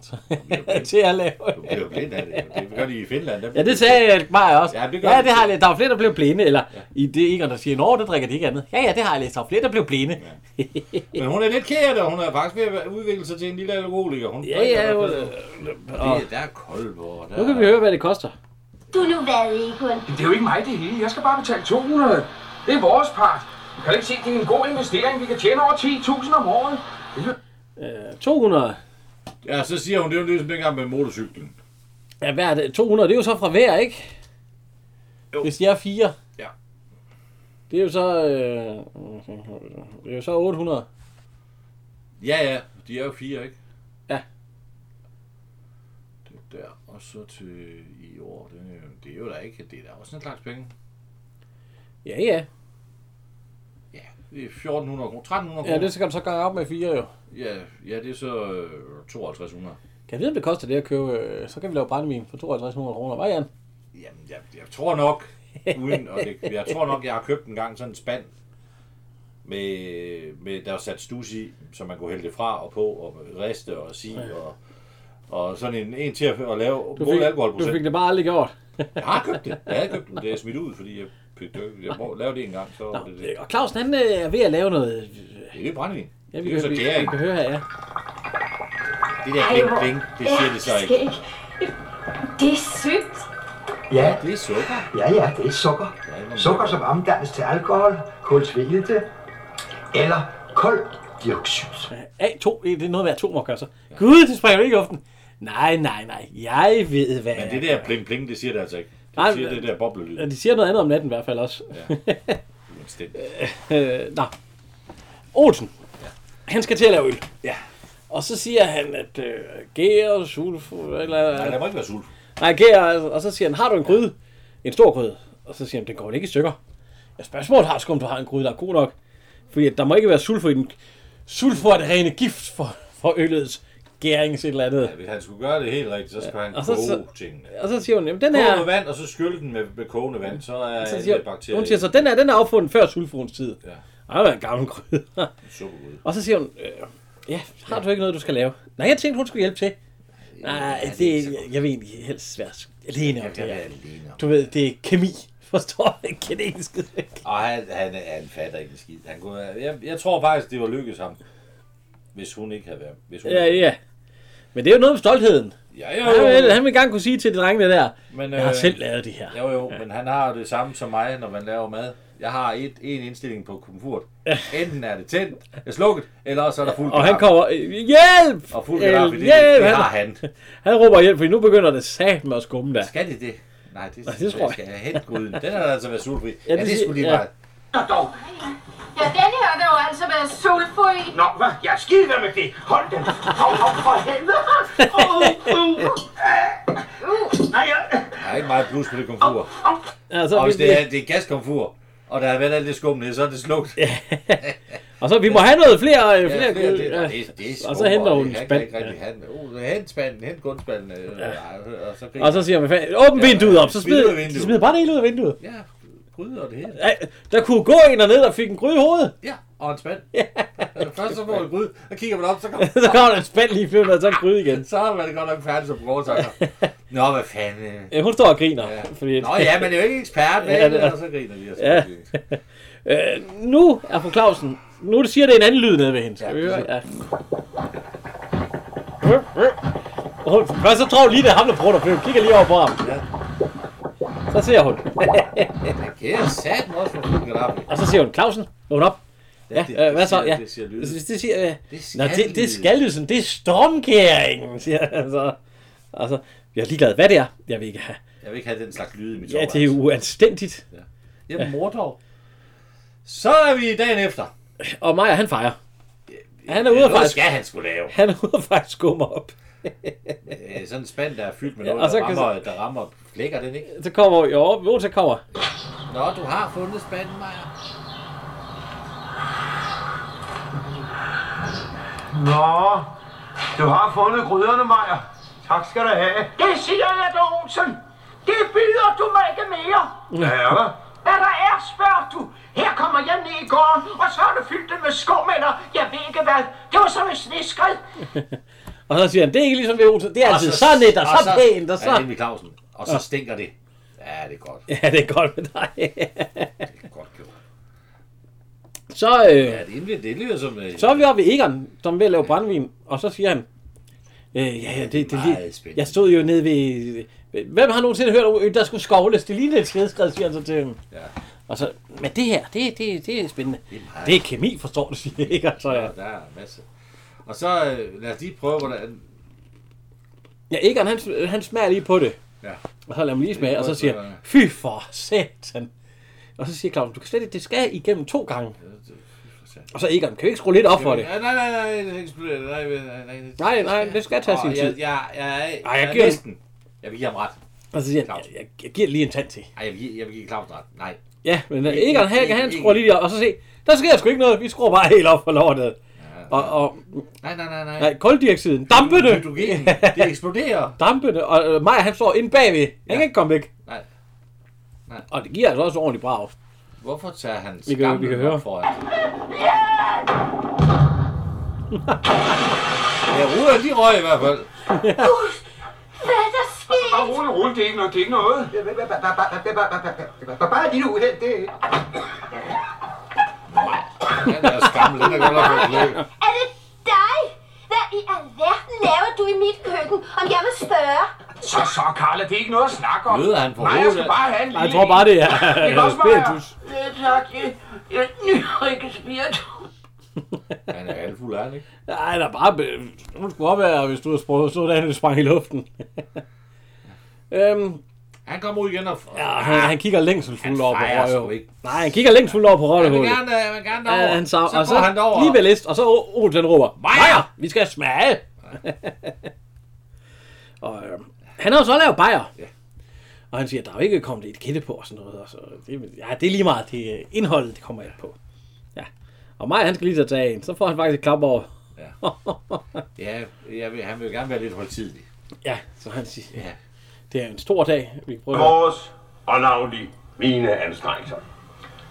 Speaker 2: til at lave.
Speaker 3: Du bliver jo blind af det. Det gør de i Finland. Der
Speaker 2: Ja, det sagde mig også.
Speaker 3: Ja, det gør
Speaker 2: ja,
Speaker 3: de.
Speaker 2: det har jeg læst. Der var flere, der blev blinde. Eller i det Egon, der siger, Nå, det drikker de ikke andet. Ja, ja, det har jeg læst. Der var flere, der blev blinde. Ja,
Speaker 3: Men hun er lidt kæret, og hun er faktisk ved at være- udvikle sig til en lille alkoholiker. Hun
Speaker 2: ja. ja
Speaker 3: hun...
Speaker 2: jo. øh,
Speaker 3: Det, der er kolbor. Der...
Speaker 2: nu kan vi høre, hvad det koster.
Speaker 10: Du nu hvad, Egon?
Speaker 12: Det er jo ikke mig det hele. Jeg skal bare betale 200. Det er vores part. Du kan ikke se, det er en god investering. Vi kan tjene over 10.000 om året.
Speaker 2: Øh, 200.
Speaker 3: Ja, så siger hun, det er jo ligesom dengang med motorcyklen.
Speaker 2: Ja, hvad er det? 200, det er jo så fra hver, ikke? Jo. Hvis de er fire.
Speaker 3: Ja.
Speaker 2: Det er jo så... Øh, det er jo så 800.
Speaker 3: Ja, ja, de er jo fire, ikke?
Speaker 2: Ja.
Speaker 3: Det der, og så til i år, det, er jo- det er jo da ikke, det er da også en slags penge.
Speaker 2: Ja, ja.
Speaker 3: Ja, det er 1400 kroner, 1300
Speaker 2: Ja,
Speaker 3: kroner.
Speaker 2: det skal du så gange op med fire, jo.
Speaker 3: Ja, ja, det er så øh, 5200.
Speaker 2: Kan jeg vide, om det koster det at købe... Øh, så kan vi lave brændevin for 5200 kroner. Hvad, Jan?
Speaker 3: Jamen, jeg, jeg tror nok, uden, og det, jeg tror nok, jeg har købt en gang sådan en spand, med, med der var sat stus i, så man kunne hælde det fra og på, og riste og sige, og, og sådan en, en til at, at lave
Speaker 2: Du
Speaker 3: god
Speaker 2: du fik
Speaker 3: alkoholprocent.
Speaker 2: det bare aldrig gjort.
Speaker 3: Jeg har købt det, jeg har købt det, det er smidt ud, fordi jeg, jeg, jeg må- lavede det en gang, så var det det.
Speaker 2: Og Clausen, han øh, er ved at lave noget...
Speaker 3: Det er jo brændevin.
Speaker 2: Ja, vi,
Speaker 3: det er jo så
Speaker 2: kan, vi, vi
Speaker 3: gæring.
Speaker 2: kan høre her, ja.
Speaker 3: Det der
Speaker 10: Ej,
Speaker 3: blink,
Speaker 10: hvor
Speaker 3: blink, det siger det så
Speaker 10: er
Speaker 3: ikke.
Speaker 10: skægt. Det er sygt.
Speaker 9: Ja,
Speaker 3: det er sukker.
Speaker 9: Ja, ja, det er sukker. Sukker, som omdannes til alkohol, kulsvilte eller koldioxid.
Speaker 2: A2, E, det er noget med atomer, gør så. Gud, det springer jo ikke i luften. Nej, nej, nej. Jeg ved, hvad
Speaker 3: Men det der blink, blink, det siger det altså ikke.
Speaker 2: Nej,
Speaker 3: Det siger det der boblelyd.
Speaker 2: Ja, de siger noget andet om natten i hvert fald også.
Speaker 3: Ja. Uanstændigt.
Speaker 2: øh, nå. Olsen. Han skal til at lave øl.
Speaker 3: Ja.
Speaker 2: Og så siger han, at øh, gær, sulfo... Eller,
Speaker 3: Nej, der må ikke være sulfo.
Speaker 2: Nej, gær, altså, og så siger han, har du en gryde? En stor gryde. Og så siger han, den går vel ikke i stykker. Ja, spørgsmålet har sgu, om du har en gryde, der er god nok. Fordi at der må ikke være sulfo i den. Sulfo er det rene gift for, for øllets gærings et eller andet.
Speaker 3: Hvis han skulle gøre det helt rigtigt, så skulle han
Speaker 2: og så-
Speaker 3: koge
Speaker 2: så-
Speaker 3: tingene.
Speaker 2: Og så siger hun, jamen den
Speaker 3: Koge
Speaker 2: her...
Speaker 3: med vand, og så skylle den med, med kogende vand, så er
Speaker 2: Så
Speaker 3: så
Speaker 2: siger,
Speaker 3: alle bakterier.
Speaker 2: hun siger så, den er, den er opfundet før sulfurens tid.
Speaker 3: Ja.
Speaker 2: Ej, hvor er en gammel gryde.
Speaker 3: Supergryde.
Speaker 2: og så siger hun, øh, ja, har du ikke noget, du skal lave? Nej, jeg tænkte, hun skulle hjælpe til. Nej, det, jeg, jeg vil egentlig helst være alene om det her. Du ved, det er kemi. Forstår du ikke? Det er ikke
Speaker 3: Og han, han, han fatter ikke en skid. Han kunne, jeg, jeg tror faktisk, det var lykkedes ham, hvis hun ikke havde været. Hvis hun
Speaker 2: Ja, ja. Men det er jo noget med stoltheden.
Speaker 3: Ja, jo, jo.
Speaker 2: Han, vil, han vil gerne kunne sige til de drengene der, men, jeg har
Speaker 3: øh,
Speaker 2: selv lavet det her.
Speaker 3: Jo, jo, men han har jo det samme som mig, når man laver mad. Jeg har et, en indstilling på komfort. Enten er det tændt, er slukket, eller også er der fuld
Speaker 2: Og han Øh,
Speaker 3: garage.
Speaker 2: kommer, øh, hjælp!
Speaker 3: Og fuld garage, fordi det- det har han.
Speaker 2: Han råber hjælp, for nu begynder det sat med at skumme der.
Speaker 3: Skal det det? Nej, det,
Speaker 2: Nej, det tror jeg.
Speaker 3: skal jeg hente gryden. Den har altså været sultfri. Ja,
Speaker 2: det
Speaker 3: det, ja, det
Speaker 2: siger-
Speaker 3: skulle lige
Speaker 2: ja.
Speaker 3: meget.
Speaker 10: Ja, den her, der har jo altså været sulfo i.
Speaker 9: Nå, hvad? Jeg er skide med det. Hold den. Hov, hov, for helvede. Uh, uh, uh. Nej, jeg...
Speaker 3: Der er ikke meget plus på det komfur.
Speaker 2: Ja, så
Speaker 3: og hvis
Speaker 2: vi-
Speaker 3: det er, det er gaskomfur, og der har været alt det skum nede, så er det slugt. Ja,
Speaker 2: Og så, vi må have noget flere... øh, flere,
Speaker 3: flere, det, det,
Speaker 2: ja.
Speaker 3: det, det er
Speaker 2: og så henter hun en
Speaker 3: spand.
Speaker 2: spand.
Speaker 3: Ikke rigtig have den. Uh, hent spanden, hent grundspanden. Øh, ja. og, så
Speaker 2: Og så siger man, "Fa- åbn vinduet op, så
Speaker 3: smid ud af
Speaker 2: smid,
Speaker 3: vinduet.
Speaker 2: smid bare det hele ud af vinduet.
Speaker 3: Ja, gryde og det hele.
Speaker 2: Ej, Der kunne gå en derned og fik en gryde i hovedet.
Speaker 3: Ja, og en spand. Først så får man gryde, og kigger man op, så kommer
Speaker 2: så kommer der en spand lige flyvende, og så en gryde igen.
Speaker 3: Så er man godt nok færdig som grovtakker. Nå, hvad fanden. øh.
Speaker 2: Ja, hun står og griner. Ja. Fordi,
Speaker 3: Nå ja, man er jo ikke ekspert, vel?
Speaker 2: Ja, det er-
Speaker 3: og så griner vi. Og så
Speaker 2: Ja. øh, nu er fru Clausen. Nu siger det en anden lyd nede ved hende. Skal vi høre? Ja. Og Hun, først så tror hun lige, det er ham, der bruger der Kigger lige over på ham. Så ser hun.
Speaker 3: Det er satan også for fuld garaffe.
Speaker 2: og så siger hun, Clausen, vågn op. Ja,
Speaker 3: det-
Speaker 2: øh, hvad
Speaker 3: det
Speaker 2: så?
Speaker 3: siger-
Speaker 2: Ja.
Speaker 3: det siger lyden.
Speaker 2: Det det siger, øh,
Speaker 3: Det
Speaker 2: Nå,
Speaker 3: skal
Speaker 2: det,
Speaker 3: lyden.
Speaker 2: det skal lyden. Det er stormkæringen, siger han så. Og så, jeg er ligeglad, hvad det er. Jeg vil ikke have.
Speaker 3: Jeg vil ikke have den slags lyde i mit
Speaker 2: Ja, det er
Speaker 3: soveværelse.
Speaker 2: jo uanstændigt.
Speaker 3: Jamen, mor dog. Så er vi dagen efter.
Speaker 2: Og Maja, han fejrer. Han er ude
Speaker 3: Ja,
Speaker 2: og
Speaker 3: noget
Speaker 2: fejre.
Speaker 3: skal han skulle lave.
Speaker 2: Han er ude og fejre skummer op.
Speaker 3: Øh, Sådan en spand, der er fyldt med
Speaker 2: Ja,
Speaker 3: noget,
Speaker 2: og så
Speaker 3: der,
Speaker 2: kan-
Speaker 3: rammer, der rammer flækker den, ikke?
Speaker 2: Så kommer, jo, jo, så kommer.
Speaker 3: Nå, du har fundet spanden, Maja.
Speaker 9: Nå, du har fundet gryderne, Maja. Tak skal du have.
Speaker 8: Det siger jeg da, Olsen. Det byder du mig ikke mere.
Speaker 9: Ja, hvad?
Speaker 8: Hvad der er, spørger du. Her kommer jeg ned i gården, og så er det fyldt det med skum, eller jeg ved ikke hvad. Det var som et sneskred.
Speaker 2: Og så siger han, det er ikke ligesom ved Olsen. Det er altid så net og så pænt og så...
Speaker 3: Ja, Emil Clausen. Og så stinker det. Ja, det er godt.
Speaker 2: Ja, det er godt med dig.
Speaker 3: Det er godt gjort.
Speaker 2: så, øh,
Speaker 3: Ja, det, lyder, det lyder som... Øh,
Speaker 2: så er vi oppe ved Egon, som er ved at lave brændvin. Og så siger han, øh, ja, ja, det, det,
Speaker 3: Meget
Speaker 2: det
Speaker 3: spændende.
Speaker 2: jeg stod jo nede ved... Hvem har nogensinde hørt, om øl, der skulle skovles? Det lignede et skedskred, siger han så til ham.
Speaker 3: Ja.
Speaker 2: Og så, men det her, det, det, det er spændende.
Speaker 3: Det er meget-
Speaker 2: Det er kemi, forstår du, siger Egon. Så, ja.
Speaker 3: Ja, der er en masse. Og så øh, lad os lige prøve, hvordan...
Speaker 2: ja, Egon, han, han smager lige på det.
Speaker 3: Ja.
Speaker 2: Og så lader man lige smage, og så
Speaker 3: godt,
Speaker 2: siger
Speaker 3: det
Speaker 2: han,
Speaker 3: er-
Speaker 2: fy for satan. Og så siger Claus, du kan slet ikke, det skal igennem to gange. Og så Egon, kan vi ikke skrue lidt op for det?
Speaker 3: Ja, nej, nej, nej, det eksploderer. Nej, nej, nej, det-
Speaker 2: Nej, nej, det skal tage
Speaker 3: Åh,
Speaker 2: sin
Speaker 3: jeg-
Speaker 2: tid.
Speaker 3: Jeg, jeg,
Speaker 2: Ej,
Speaker 3: jeg,
Speaker 2: jeg
Speaker 3: jeg,
Speaker 2: giver-
Speaker 3: jeg, næsten. Jeg vil give ham ret.
Speaker 2: Og så siger han,
Speaker 3: Claus.
Speaker 2: jeg, jeg, jeg giver det lige en tand til.
Speaker 3: Ej, jeg vil, give- jeg vil give Claus ret. Nej.
Speaker 2: Ja, men øh,
Speaker 3: Ikke-
Speaker 2: Egon, han,
Speaker 3: ikke-
Speaker 2: han
Speaker 3: ikke-
Speaker 2: skruer lige op, og så se, der sker sgu ikke noget, vi skruer bare helt op for lortet. Og, og
Speaker 3: Nej, nej, nej, nej.
Speaker 2: nej, koldioxiden, dampende,
Speaker 3: Hydrogen, det eksploderer.
Speaker 2: dampende, og øh, Maja, han står inde bagved, han kan ikke komme væk.
Speaker 3: Nej. Nej.
Speaker 2: Og det giver altså også ordentligt brav.
Speaker 3: Hvorfor tager han
Speaker 2: Vi kan- vi kan
Speaker 3: skamlen
Speaker 2: høre.
Speaker 3: op foran? Ja, ruder de røg i hvert fald.
Speaker 10: Hvad er der sket?
Speaker 12: Bare rolig, rolig, det er ikke noget, det er ikke noget.
Speaker 5: Bare et lille uheld, det...
Speaker 3: Ja, der er skamlen, den er godt nok blevet klædt.
Speaker 10: Er det dig? Hvad i alverden laver du i mit køkken, om jeg vil spørge?
Speaker 12: Så, så, Karla, det er ikke noget at snakke om.
Speaker 3: Møder han på
Speaker 12: Nej, jeg skal
Speaker 3: hovedet?
Speaker 12: bare have en lille...
Speaker 2: Jeg tror bare, det er øh,
Speaker 12: Det er også mig, ja.
Speaker 2: spiritus.
Speaker 11: Nej, tak. Jeg, jeg nyder ikke spiritus.
Speaker 3: Han er halvfuld, er han ikke?
Speaker 2: Nej, der er bare... Hun skulle opvære, hvis du havde sprøvet, så derinde, det sprang i luften. øhm,
Speaker 3: Han kommer ud igen og...
Speaker 2: Ja, han, han kigger længselsfuldt over på
Speaker 3: fejrer sgu
Speaker 2: Røjo.
Speaker 3: ikke.
Speaker 2: Nej, han kigger længselsfuldt over på Røjo.
Speaker 3: Jeg vil gerne, jeg vil gerne derover.
Speaker 2: Ja, han sav,
Speaker 3: så
Speaker 2: og
Speaker 3: går
Speaker 2: så
Speaker 3: han derover.
Speaker 2: lige ved list, og så O- Olsen råber, Bajer, vi skal smage! og øh, han har jo så lavet bajer. Og han siger, der er jo ikke kommet et kætte på og sådan noget. Og så, det, ja, det er lige meget det er indholdet, det kommer ind på. Ja. Og mig, han skal lige så tage en. Så får han faktisk et klap over.
Speaker 3: Ja. ja, jeg vil, han vil jo gerne være lidt højtidlig.
Speaker 2: ja, så han siger, ja. det er en stor dag. Vi prøver.
Speaker 9: Vores og navnlig mine anstrengelser.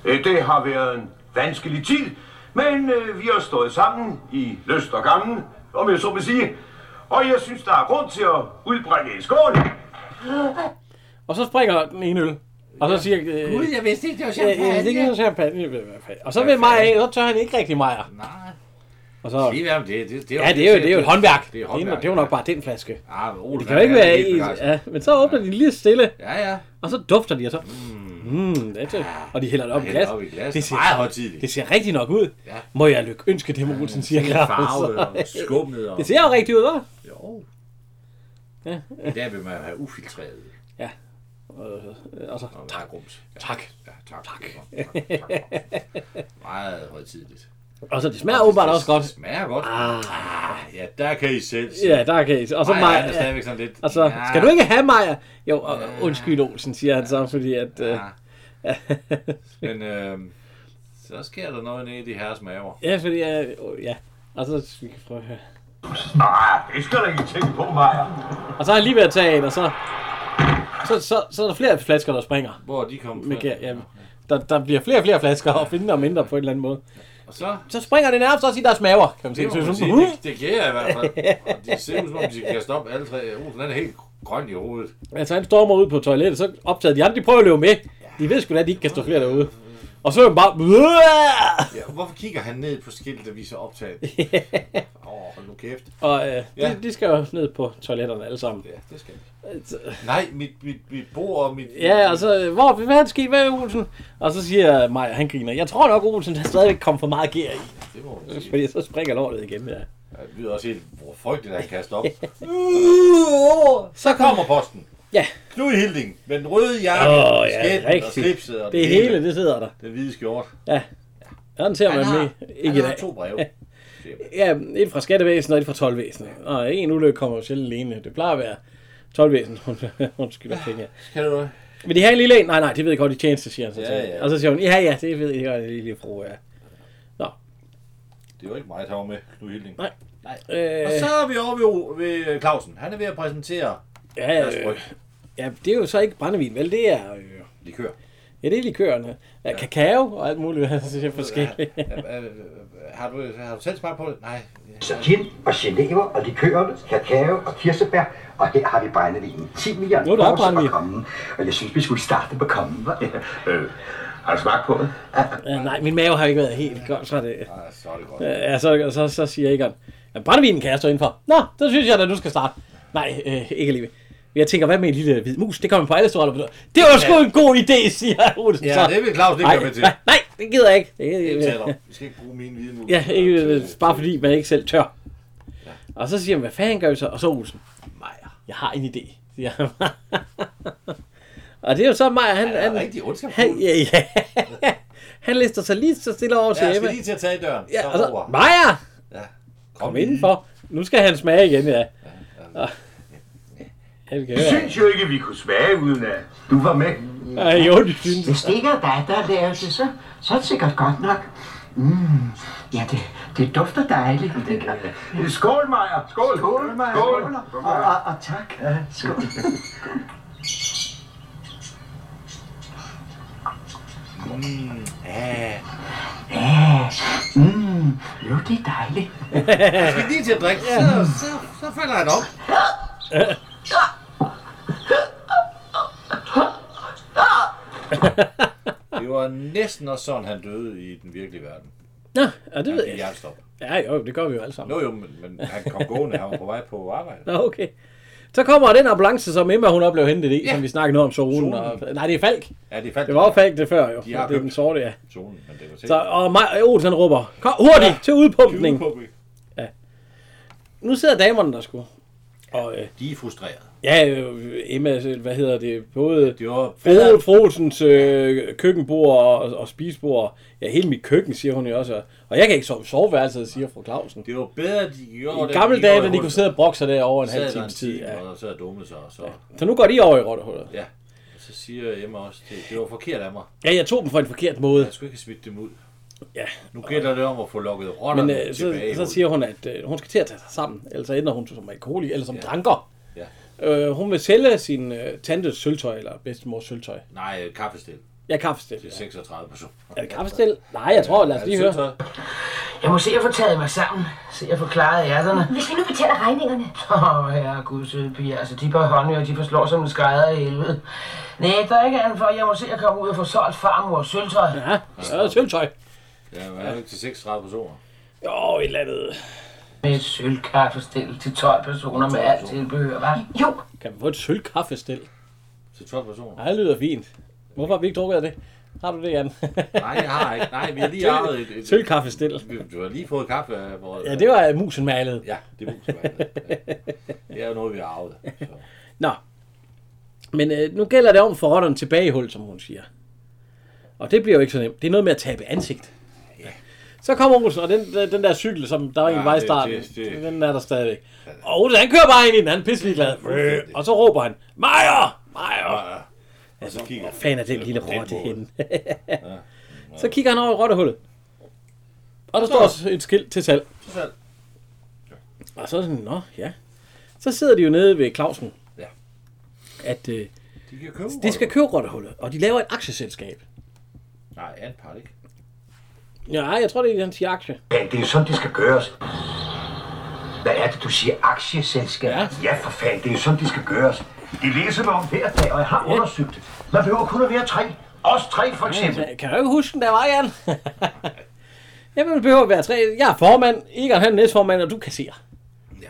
Speaker 9: Øh, Det har været en vanskelig tid, men øh, vi har stået sammen i lyst og gammel, om jeg så må sige. Og jeg synes, der er grund til at udbringe en skål.
Speaker 2: Og så springer den ene øl. Og så siger... Øh,
Speaker 3: Gud, jeg vidste ikke, det var
Speaker 2: Ja, jeg
Speaker 3: champagne.
Speaker 2: vidste ikke, det var champagne. Jeg ved i hvert fald. Og så vil Maja af, og så tør han ikke rigtig Maja.
Speaker 3: Nej.
Speaker 2: Og så,
Speaker 3: Sige, hvad om det, det, det,
Speaker 2: ja, det er jo, det er jo et håndværk.
Speaker 3: Det er et
Speaker 2: Det er-
Speaker 3: håndværk.
Speaker 2: det er jo nok bare den flaske.
Speaker 3: Ja, men Ole,
Speaker 2: det kan
Speaker 3: han
Speaker 2: jo ikke
Speaker 3: er
Speaker 2: være
Speaker 3: helt
Speaker 2: en.
Speaker 3: begejstret.
Speaker 2: Ja, men så åbner de lige stille.
Speaker 3: Ja, ja.
Speaker 2: Og så dufter de, og så... Mm, det er, og de hælder det op i
Speaker 3: hælder
Speaker 2: glas.
Speaker 3: op i glas. Meget højtideligt.
Speaker 2: Det ser rigtig nok ud.
Speaker 3: Ja.
Speaker 2: Må jeg lykke ønske det, Olsen siger
Speaker 3: fin
Speaker 2: Claus.
Speaker 3: farve og skummet og-
Speaker 2: Det ser jo rigtigt ud, hva'?
Speaker 3: Jo.
Speaker 2: Ja.
Speaker 3: I dag vil man have ufiltreret.
Speaker 2: Ja. Og, og så,
Speaker 3: Og
Speaker 2: tak.
Speaker 3: tak. Grums. Ja.
Speaker 2: Tak.
Speaker 3: Ja, tak. Tak. Meget højtidligt.
Speaker 2: Og så det smager åbenbart også godt.
Speaker 3: Det smager godt. Ah, ja, der kan I selv se.
Speaker 2: Ja, der kan I. Og så
Speaker 3: Maja,
Speaker 2: Maja,
Speaker 3: han er stadigvæk sådan lidt...
Speaker 2: Og så,
Speaker 3: ja.
Speaker 2: skal du ikke have Maja? Jo, og, undskyld Olsen, siger han så, fordi at... øh,
Speaker 3: Men øh, så sker der noget nede i de herres maver.
Speaker 2: ja, fordi... øh, åh, ja. Og så vi kan prøve at høre.
Speaker 9: Ah, det skal der ikke tænke på, Maja.
Speaker 2: Og så er han lige ved at tage en, og så... Så, så, så er der flere flasker, der springer.
Speaker 3: Hvor er de kommet
Speaker 2: Med,
Speaker 3: fra?
Speaker 2: gær- ja, der, der bliver flere og flere flasker, og mindre og mindre på en eller anden måde.
Speaker 3: Og så...
Speaker 2: Så springer det nærmest også i deres maver, kan man sige.
Speaker 3: Det,
Speaker 2: Så,
Speaker 3: må man
Speaker 2: sådan,
Speaker 3: sige,
Speaker 2: "Uh!"
Speaker 3: det, det kan jeg i hvert fald. Og de ser ud som om, de kan stoppe alle tre. Olsen han er helt grøn i hovedet.
Speaker 2: Altså han stormer ud på toilettet, så optager de andre, de prøver at løbe med. De ved sgu da, at de ikke kan stå flere derude. Og så er han bare... "Uah!"
Speaker 3: Ja, hvorfor kigger han ned på skiltet, der viser optaget? Åh, oh, hold nu kæft.
Speaker 2: Og øh,
Speaker 3: Ja.
Speaker 2: de, de, skal jo ned på toiletterne alle sammen.
Speaker 3: Ja, det skal vi.
Speaker 2: Altså,
Speaker 3: Nej, mit, mit, mit bord og mit...
Speaker 2: Ja, og så, øh, hvor vil han ske, hvad er Olsen? Og så siger Maja, han griner, jeg tror nok, Olsen der stadigvæk kom for meget gear i.
Speaker 3: Det må man sige.
Speaker 2: Fordi så springer lortet igen, ja.
Speaker 3: Ja, Det lyder også helt hvor frygteligt, at han kaster op.
Speaker 2: Så
Speaker 3: Kommer posten.
Speaker 2: Ja.
Speaker 3: Knud Hilding med den røde jakke,
Speaker 2: Åh, oh,
Speaker 3: skætten
Speaker 2: ja,
Speaker 3: og
Speaker 2: rigtigt.
Speaker 3: slipset og
Speaker 2: det, det hele, det sidder der.
Speaker 3: Den hvide skjort.
Speaker 2: Ja. Ja, den ser
Speaker 3: Han
Speaker 2: man
Speaker 3: har-
Speaker 2: med. Ikke i
Speaker 3: han har
Speaker 2: dag.
Speaker 3: to breve.
Speaker 2: Ja, et fra skattevæsenet og et fra tolvvæsenet. Og en ulykke kommer jo sjældent alene. Det plejer at være tolvvæsenet, hun, hun skylder penge.
Speaker 3: Kan du
Speaker 2: Men de har en lille en. Nej, nej, det ved jeg godt, de tjeneste, siger han så
Speaker 3: Ja,
Speaker 2: til.
Speaker 3: ja.
Speaker 2: Og så siger hun, ja, ja, det ved jeg godt, det lille fru, ja.
Speaker 3: Det var ikke mig, der var med Knud Hilding.
Speaker 2: Nej.
Speaker 3: Nej.
Speaker 2: Øh,
Speaker 3: Og så er vi over ved, ved Clausen. Han er ved at præsentere
Speaker 2: ja,
Speaker 3: deres
Speaker 2: øh,
Speaker 3: bryg.
Speaker 2: ja, det er jo så ikke brændevin, vel? Det er øh,
Speaker 3: Likør.
Speaker 2: Ja, det er likørerne. Ja, kakao og alt muligt, han synes jeg forskelligt.
Speaker 3: Ja, øh, øh, Har du, har du selv smagt på det? Nej.
Speaker 5: Så gin og genever og likørerne, kakao og kirsebær, og her har vi brændevinen. 10 milliarder
Speaker 2: Nu er der
Speaker 5: års
Speaker 2: brændevin.
Speaker 5: og kongen. Og jeg synes, vi skulle starte på kongen, hva'?
Speaker 9: Øh, har du smagt på det?
Speaker 2: Ja, nej, min mave har ikke været helt godt, så er det...
Speaker 3: Nej, så er det godt.
Speaker 2: Ja, så, så, så siger Egon, ja, brændevinen kan jeg stå indenfor. Nå, så synes jeg da, du skal starte. Nej, øh, ikke alligevel. Jeg tænker, hvad med en lille hvid mus? Det kommer på alle store Det var sgu en god idé, siger Olsen.
Speaker 3: Ja,
Speaker 2: så.
Speaker 3: det vil Claus ikke
Speaker 2: Nej,
Speaker 3: være med til.
Speaker 2: Nej, nej, det gider jeg ikke.
Speaker 3: Det
Speaker 2: Det,
Speaker 3: taler. Vi skal ikke bruge min hvide nu.
Speaker 2: ja, ikke, øh, bare fordi man ikke selv tør. Og så siger han, hvad fanden gør vi så? Og så Olsen,
Speaker 3: Majer.
Speaker 2: jeg har en idé, siger han. Og det er jo så mig, han,
Speaker 3: Han er
Speaker 2: han,
Speaker 3: rigtig ondskabsfuld.
Speaker 2: han, ja, ja. han lister sig lige så stille over til
Speaker 3: Ja, jeg
Speaker 2: Emma.
Speaker 3: skal lige til at tage i døren.
Speaker 2: Ja,
Speaker 3: så
Speaker 2: og så,
Speaker 3: over.
Speaker 2: Maja,
Speaker 3: Ja.
Speaker 2: kom indenfor. Nu skal han smage igen, ja. Og- Ja, vi kan
Speaker 9: Jeg
Speaker 2: høre.
Speaker 9: synes jo ikke, vi kunne smage, uden øh. at du var med.
Speaker 2: Ej, jo, det synes
Speaker 8: Hvis det ikke er dig, der har lavet det, så, så er det sikkert godt nok. Mm, ja, det, det dufter dejligt. Det gør det.
Speaker 9: Skål, Maja. Skål.
Speaker 8: Skål, Maja.
Speaker 9: Skål.
Speaker 8: Og, og, og tak. Ja, skål. Mm.
Speaker 3: Ja.
Speaker 8: Ja, mm, jo, det er dejligt.
Speaker 3: Jeg skal lige til at drikke. Så, så, så falder han op. Det var næsten også sådan, han døde i den virkelige verden.
Speaker 2: Nå, ja, det
Speaker 3: Han
Speaker 2: ved
Speaker 3: fik
Speaker 2: jeg. ikke.
Speaker 3: hjertestop.
Speaker 2: Ja, jo, det gør vi jo alle sammen.
Speaker 3: Nå jo, men, men han kom gående. Han var på vej på arbejde.
Speaker 2: Nå, okay. Så kommer den ambulance, som Emma hun oplever hentet i,
Speaker 3: Ja.
Speaker 2: som vi snakkede noget om solen.
Speaker 3: Solen.
Speaker 2: Og, nej, det er Falk.
Speaker 3: Ja, det fandt
Speaker 2: Det var jo Falk det før, jo.
Speaker 3: De har
Speaker 2: Det er den
Speaker 3: købt.
Speaker 2: sorte, ja.
Speaker 3: Zonen, men det var til.
Speaker 2: Så, og Maj Olsen han råber, kom hurtigt til udpumpning.
Speaker 3: Udpumpning.
Speaker 2: Nu sidder damerne der sgu. Og øh,
Speaker 3: De er frustrerede.
Speaker 2: Ja, øh, Emma, hvad hedder det? Både
Speaker 3: det var
Speaker 2: Frode Frosens øh, køkkenbord og, og spisebord. Ja, hele mit køkken, siger hun jo også. Og jeg kan ikke sove i soveværelset, siger fru Clausen.
Speaker 3: Det var bedre, de gjorde
Speaker 2: I gamle
Speaker 3: de
Speaker 2: dage,
Speaker 3: gjorde
Speaker 2: da de
Speaker 3: i
Speaker 2: kunne sidde og brokke sig der over en
Speaker 3: Sad
Speaker 2: halv
Speaker 3: der
Speaker 2: times tid.
Speaker 3: time,
Speaker 2: Ja.
Speaker 3: Og så er dumme sig, og så...
Speaker 2: Så nu går de over i rottehullet.
Speaker 3: Ja. Og så siger Emma også, det, det var forkert af mig.
Speaker 2: Ja, jeg tog dem på en forkert måde.
Speaker 3: Jeg skulle ikke have smidt dem ud.
Speaker 2: Ja.
Speaker 3: Nu gælder det om at få lukket
Speaker 2: Men
Speaker 3: rotterne
Speaker 2: øh, så,
Speaker 3: tilbage.
Speaker 2: så siger hun, at øh, hun skal til at tage sig sammen, ellers så ender hun som alkoholik, eller som ja. dranker.
Speaker 3: Ja.
Speaker 2: Øh, hun vil sælge sin øh, tantes sølvtøj, eller bedstemors sølvtøj.
Speaker 3: Nej, øh, kaffestil.
Speaker 2: Ja, kaffestil.
Speaker 3: Det er 36 personer.
Speaker 2: Er det kaffestil? Nej, jeg tror, lad os
Speaker 3: Er det
Speaker 2: lige høre.
Speaker 3: sølvtøj?
Speaker 6: Jeg må se at få taget mig sammen, se at få klaret ærterne.
Speaker 10: Hvis vi nu betaler regningerne.
Speaker 6: Åh, oh, herre gud, søde piger. Altså, de par håndører, de forslår som en skrædder i helvede. Nej, der er ikke andet for, jeg må se at komme ud og få solgt farmors sølvtøj.
Speaker 2: Ja, ja sølvtøj.
Speaker 3: Ja, hvad er det ikke til 36 personer?
Speaker 2: Jo, et eller andet.
Speaker 6: Med et sølvkaffestil til 12 personer med alt tilbehør, hva'?
Speaker 10: Jo.
Speaker 2: Kan vi få et sølvkaffestil?
Speaker 3: Til 12 personer?
Speaker 2: Nej, det lyder fint. Hvorfor har vi ikke drukket af det? Har du det, Jan?
Speaker 3: Nej, jeg har ikke. Nej, vi har lige arvet et... et
Speaker 2: Sølvkaffestil.
Speaker 3: Vi- Du har lige fået kaffe af vores...
Speaker 2: Ja, det var øh, musen malet.
Speaker 3: Ja, det er musen malet. Det er jo noget, vi har arvet. Så.
Speaker 2: Nå. Men øh, nu gælder det om for rotterne tilbage i hul, som hun siger. Og det bliver jo ikke så nemt. Det er noget med at tabe ansigt. Så kommer Olsen, og den, øh, den- den der cykel, som der var en
Speaker 3: Ja,
Speaker 2: ja, vej i
Speaker 3: det-
Speaker 2: starten,
Speaker 3: det- det-
Speaker 2: den er der stadigvæk. Og Olsen, han kører bare ind i den, han er pisselig glad. Og så råber han, Majer! Majer!
Speaker 3: Og så kigger
Speaker 2: Hvor fanden er den lille
Speaker 3: på den
Speaker 2: rotte
Speaker 3: måde.
Speaker 2: henne? så kigger han over i rottehullet. Og der står også et skilt til salg.
Speaker 3: Til salg.
Speaker 2: Og så er sådan, nå ja. Så sidder de jo nede ved Clausen.
Speaker 3: Ja.
Speaker 2: At øh,
Speaker 3: De kan købe
Speaker 2: de skal købe rottehullet, og de laver et aktieselskab.
Speaker 3: Nej, anpart ikke.
Speaker 2: Ja, jeg tror, det er hans aktie.
Speaker 4: Ja, det er jo sådan, det skal gøres. Hvad er det, du siger? Aktieselskab? Ja, ja for fanden, det er jo sådan, det skal gøres. Det læser man om hver dag, og jeg har undersøgt det. Man behøver kun at være tre. Os tre, for eksempel.
Speaker 2: Altså, Kan du ikke huske den der var, Jan? Jamen, vi behøver at være tre. Jeg er formand, Egon han er næstformand, og du kasserer. Ja.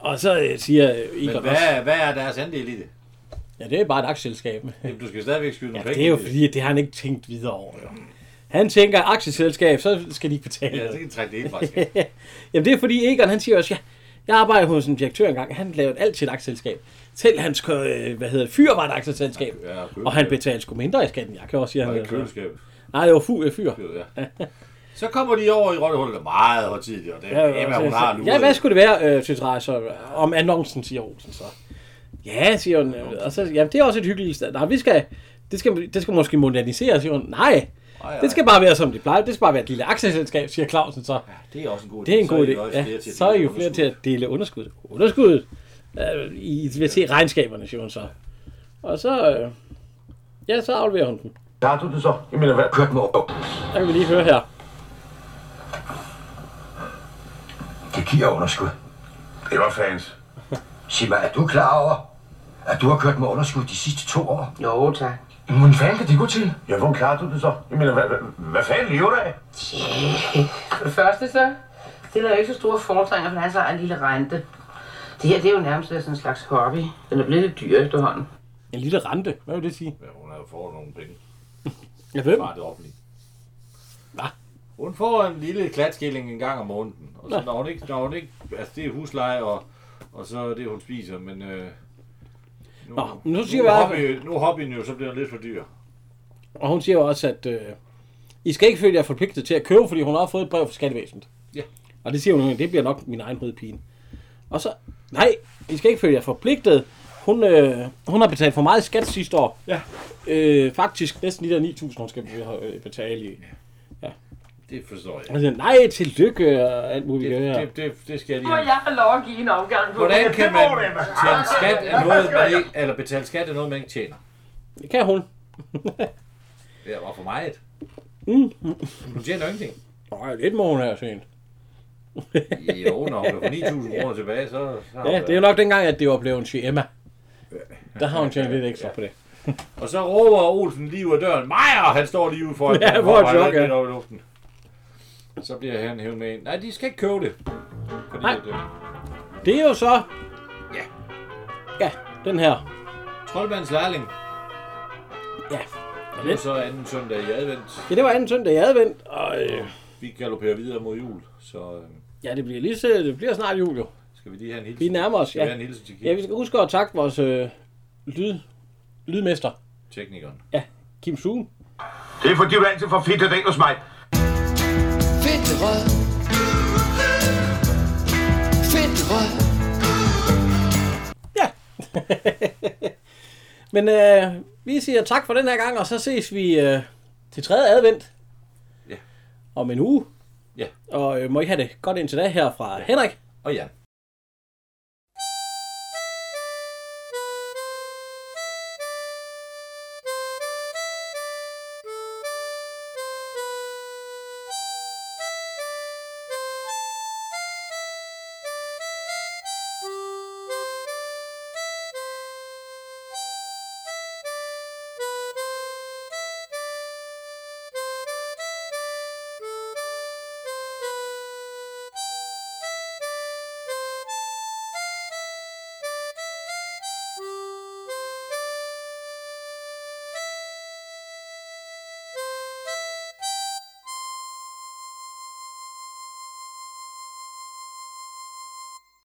Speaker 2: Og så øh, siger øh, Egon
Speaker 3: Men
Speaker 2: også,
Speaker 3: hvad, er- hvad er deres andel i det?
Speaker 2: ja, det er bare et aktieselskab.
Speaker 3: Jamen, du skal stadigvæk skyde nogle
Speaker 2: Ja,
Speaker 3: penge.
Speaker 2: det er jo
Speaker 3: i
Speaker 2: fordi, at det har han ikke tænkt videre over. Jo. Han tænker, aktieselskab, så skal de ikke betale.
Speaker 3: Ja,
Speaker 2: noget.
Speaker 3: så kan de trække det hele fra skat.
Speaker 2: Jamen det er fordi Egon, han siger også, ja, jeg arbejdede hos en direktør engang, han lavede alt til et aktieselskab. Selv hans, øh, hvad hedder det, fyr var et aktieselskab.
Speaker 3: Ja,
Speaker 2: Og han betalte sgu mindre i skatten, jeg kan også sige,
Speaker 3: Og
Speaker 2: han
Speaker 3: et køleskab.
Speaker 2: Nej, det var fu, øh, fyr.
Speaker 3: Ja. Så kommer de over i Rottehullet meget hårdtidigt, og det er ja, Emma, hun har nu.
Speaker 2: ja, hvad skulle det være, øh, synes jeg, så, øh, om annoncen, siger Olsen så. Ja, siger hun. øh, Og så, jamen, det er også et hyggeligt sted. Nej, vi skal, det skal, det skal måske moderniseres, siger hun. Nej,
Speaker 3: Ej, ej.
Speaker 2: det skal bare være, som det plejer. Det skal bare være et lille aktieselskab, siger Clausen så.
Speaker 3: Det er også en god idé.
Speaker 2: Det er en god
Speaker 3: Så er I
Speaker 2: idé.
Speaker 3: også flere
Speaker 2: Ja,
Speaker 3: til at
Speaker 2: så er I
Speaker 3: dele
Speaker 2: jo flere til at dele underskud. Underskud. Øh, I vil se regnskaberne, siger hun så. Og så... Øh, ja, så afleverer hun den.
Speaker 4: Klarer du det så? Jeg mener, hvad kørte mig op?
Speaker 2: Der kan vi lige høre her.
Speaker 4: Det giver underskud.
Speaker 9: Det var fans.
Speaker 4: Sig mig, er du klar over, at du har kørt med underskud de sidste to år?
Speaker 6: Jo, tak.
Speaker 4: Hvordan fanden kan det gå til?
Speaker 9: Ja, hvordan klarer du det så? Jeg mener, hvad, hvad, hvad fanden lever du af?
Speaker 6: For det første så, det er der jo ikke så store fordringer, for han så en lille rente. Det her, det er jo nærmest sådan en slags hobby. Den er blevet lidt dyr efterhånden.
Speaker 2: En lille rente. Hvad vil det sige?
Speaker 3: Ja, hun har jo fået nogle penge
Speaker 2: Ja, hvem?
Speaker 3: fra det offentlige. Hvad? Hun får en lille klatskilling en gang om måneden. Og så når hun ikke, når hun ikke, altså det er husleje, og, og så er det, hun spiser, men... Øh, nu,
Speaker 2: Nå, men nu siger
Speaker 3: nu,
Speaker 2: vi-
Speaker 3: er hobby, nu er hobbyen jo, så bliver den lidt for dyr.
Speaker 2: Og hun siger jo også, at øh, I skal ikke føle jer forpligtet til at købe, fordi hun har fået et brev fra skattevæsenet.
Speaker 3: Ja.
Speaker 2: Og det siger hun, det bliver nok min egen hovedpine. Og så, nej, I skal ikke føle jer forpligtet. Hun, øh, hun har betalt for meget i skat sidste år.
Speaker 3: Ja.
Speaker 2: Øh, faktisk næsten lige der 9.000, hun skal øh, betale i.
Speaker 3: Det forstår jeg.
Speaker 2: Og så, nej, tillykke og alt muligt.
Speaker 3: Det,
Speaker 2: Det,
Speaker 3: det, det, det skal jeg lige
Speaker 11: Må
Speaker 3: have.
Speaker 11: jeg have lov at give en omgang på?
Speaker 3: Hvordan kan man betale skat af noget, man ikke, eller betale skat af noget, man ikke tjener?
Speaker 2: det kan hun.
Speaker 3: Det var for meget. Mm. Du tjener jo ingenting.
Speaker 2: Nej, lidt må hun have sent.
Speaker 3: Jo, når hun kan få 9.000 kroner tilbage, så, så har
Speaker 2: Ja,
Speaker 3: hun
Speaker 2: det er jo nok dengang, at det var blevet en til Emma. Der har hun tjent lidt ekstra på det.
Speaker 3: Og så råber Olsen lige ud af døren, Majer, han står lige ude foran.
Speaker 2: Ja,
Speaker 3: døren,
Speaker 2: hvor et
Speaker 3: og hopper
Speaker 2: chok, ja.
Speaker 3: lidt over i luften. Så bliver han hævet med en. Nej, de skal ikke købe det. Fordi
Speaker 2: Nej.
Speaker 3: at, øh,
Speaker 2: Det er jo så...
Speaker 3: Ja.
Speaker 2: Ja, den her.
Speaker 3: Troldmandens lærling.
Speaker 2: Ja.
Speaker 3: Og det er så anden søndag i advent.
Speaker 2: Ja, det var anden søndag i advent, og øh,
Speaker 3: Vi galopperer videre mod jul, så øh,
Speaker 2: ja, det bliver lige så, det bliver snart jul jo.
Speaker 3: Skal vi lige have en hilsen?
Speaker 2: Vi nærmer os,
Speaker 3: Skal vi
Speaker 2: ja.
Speaker 3: have en hilsen til Kim?
Speaker 2: Ja, vi skal huske at takke vores øh, lyd, lydmester.
Speaker 3: Teknikeren.
Speaker 2: Ja, Kim Sugen.
Speaker 9: Det er fordi, du altid får fedt af hos mig.
Speaker 13: Fedt rød. Fedt rød.
Speaker 2: Men øh, vi siger tak for den her gang, og så ses vi øh, til tredje advent.
Speaker 3: Ja.
Speaker 2: Om en uge.
Speaker 3: Ja.
Speaker 2: Og øh, må I have det godt indtil da her fra Henrik.
Speaker 3: Og Jan.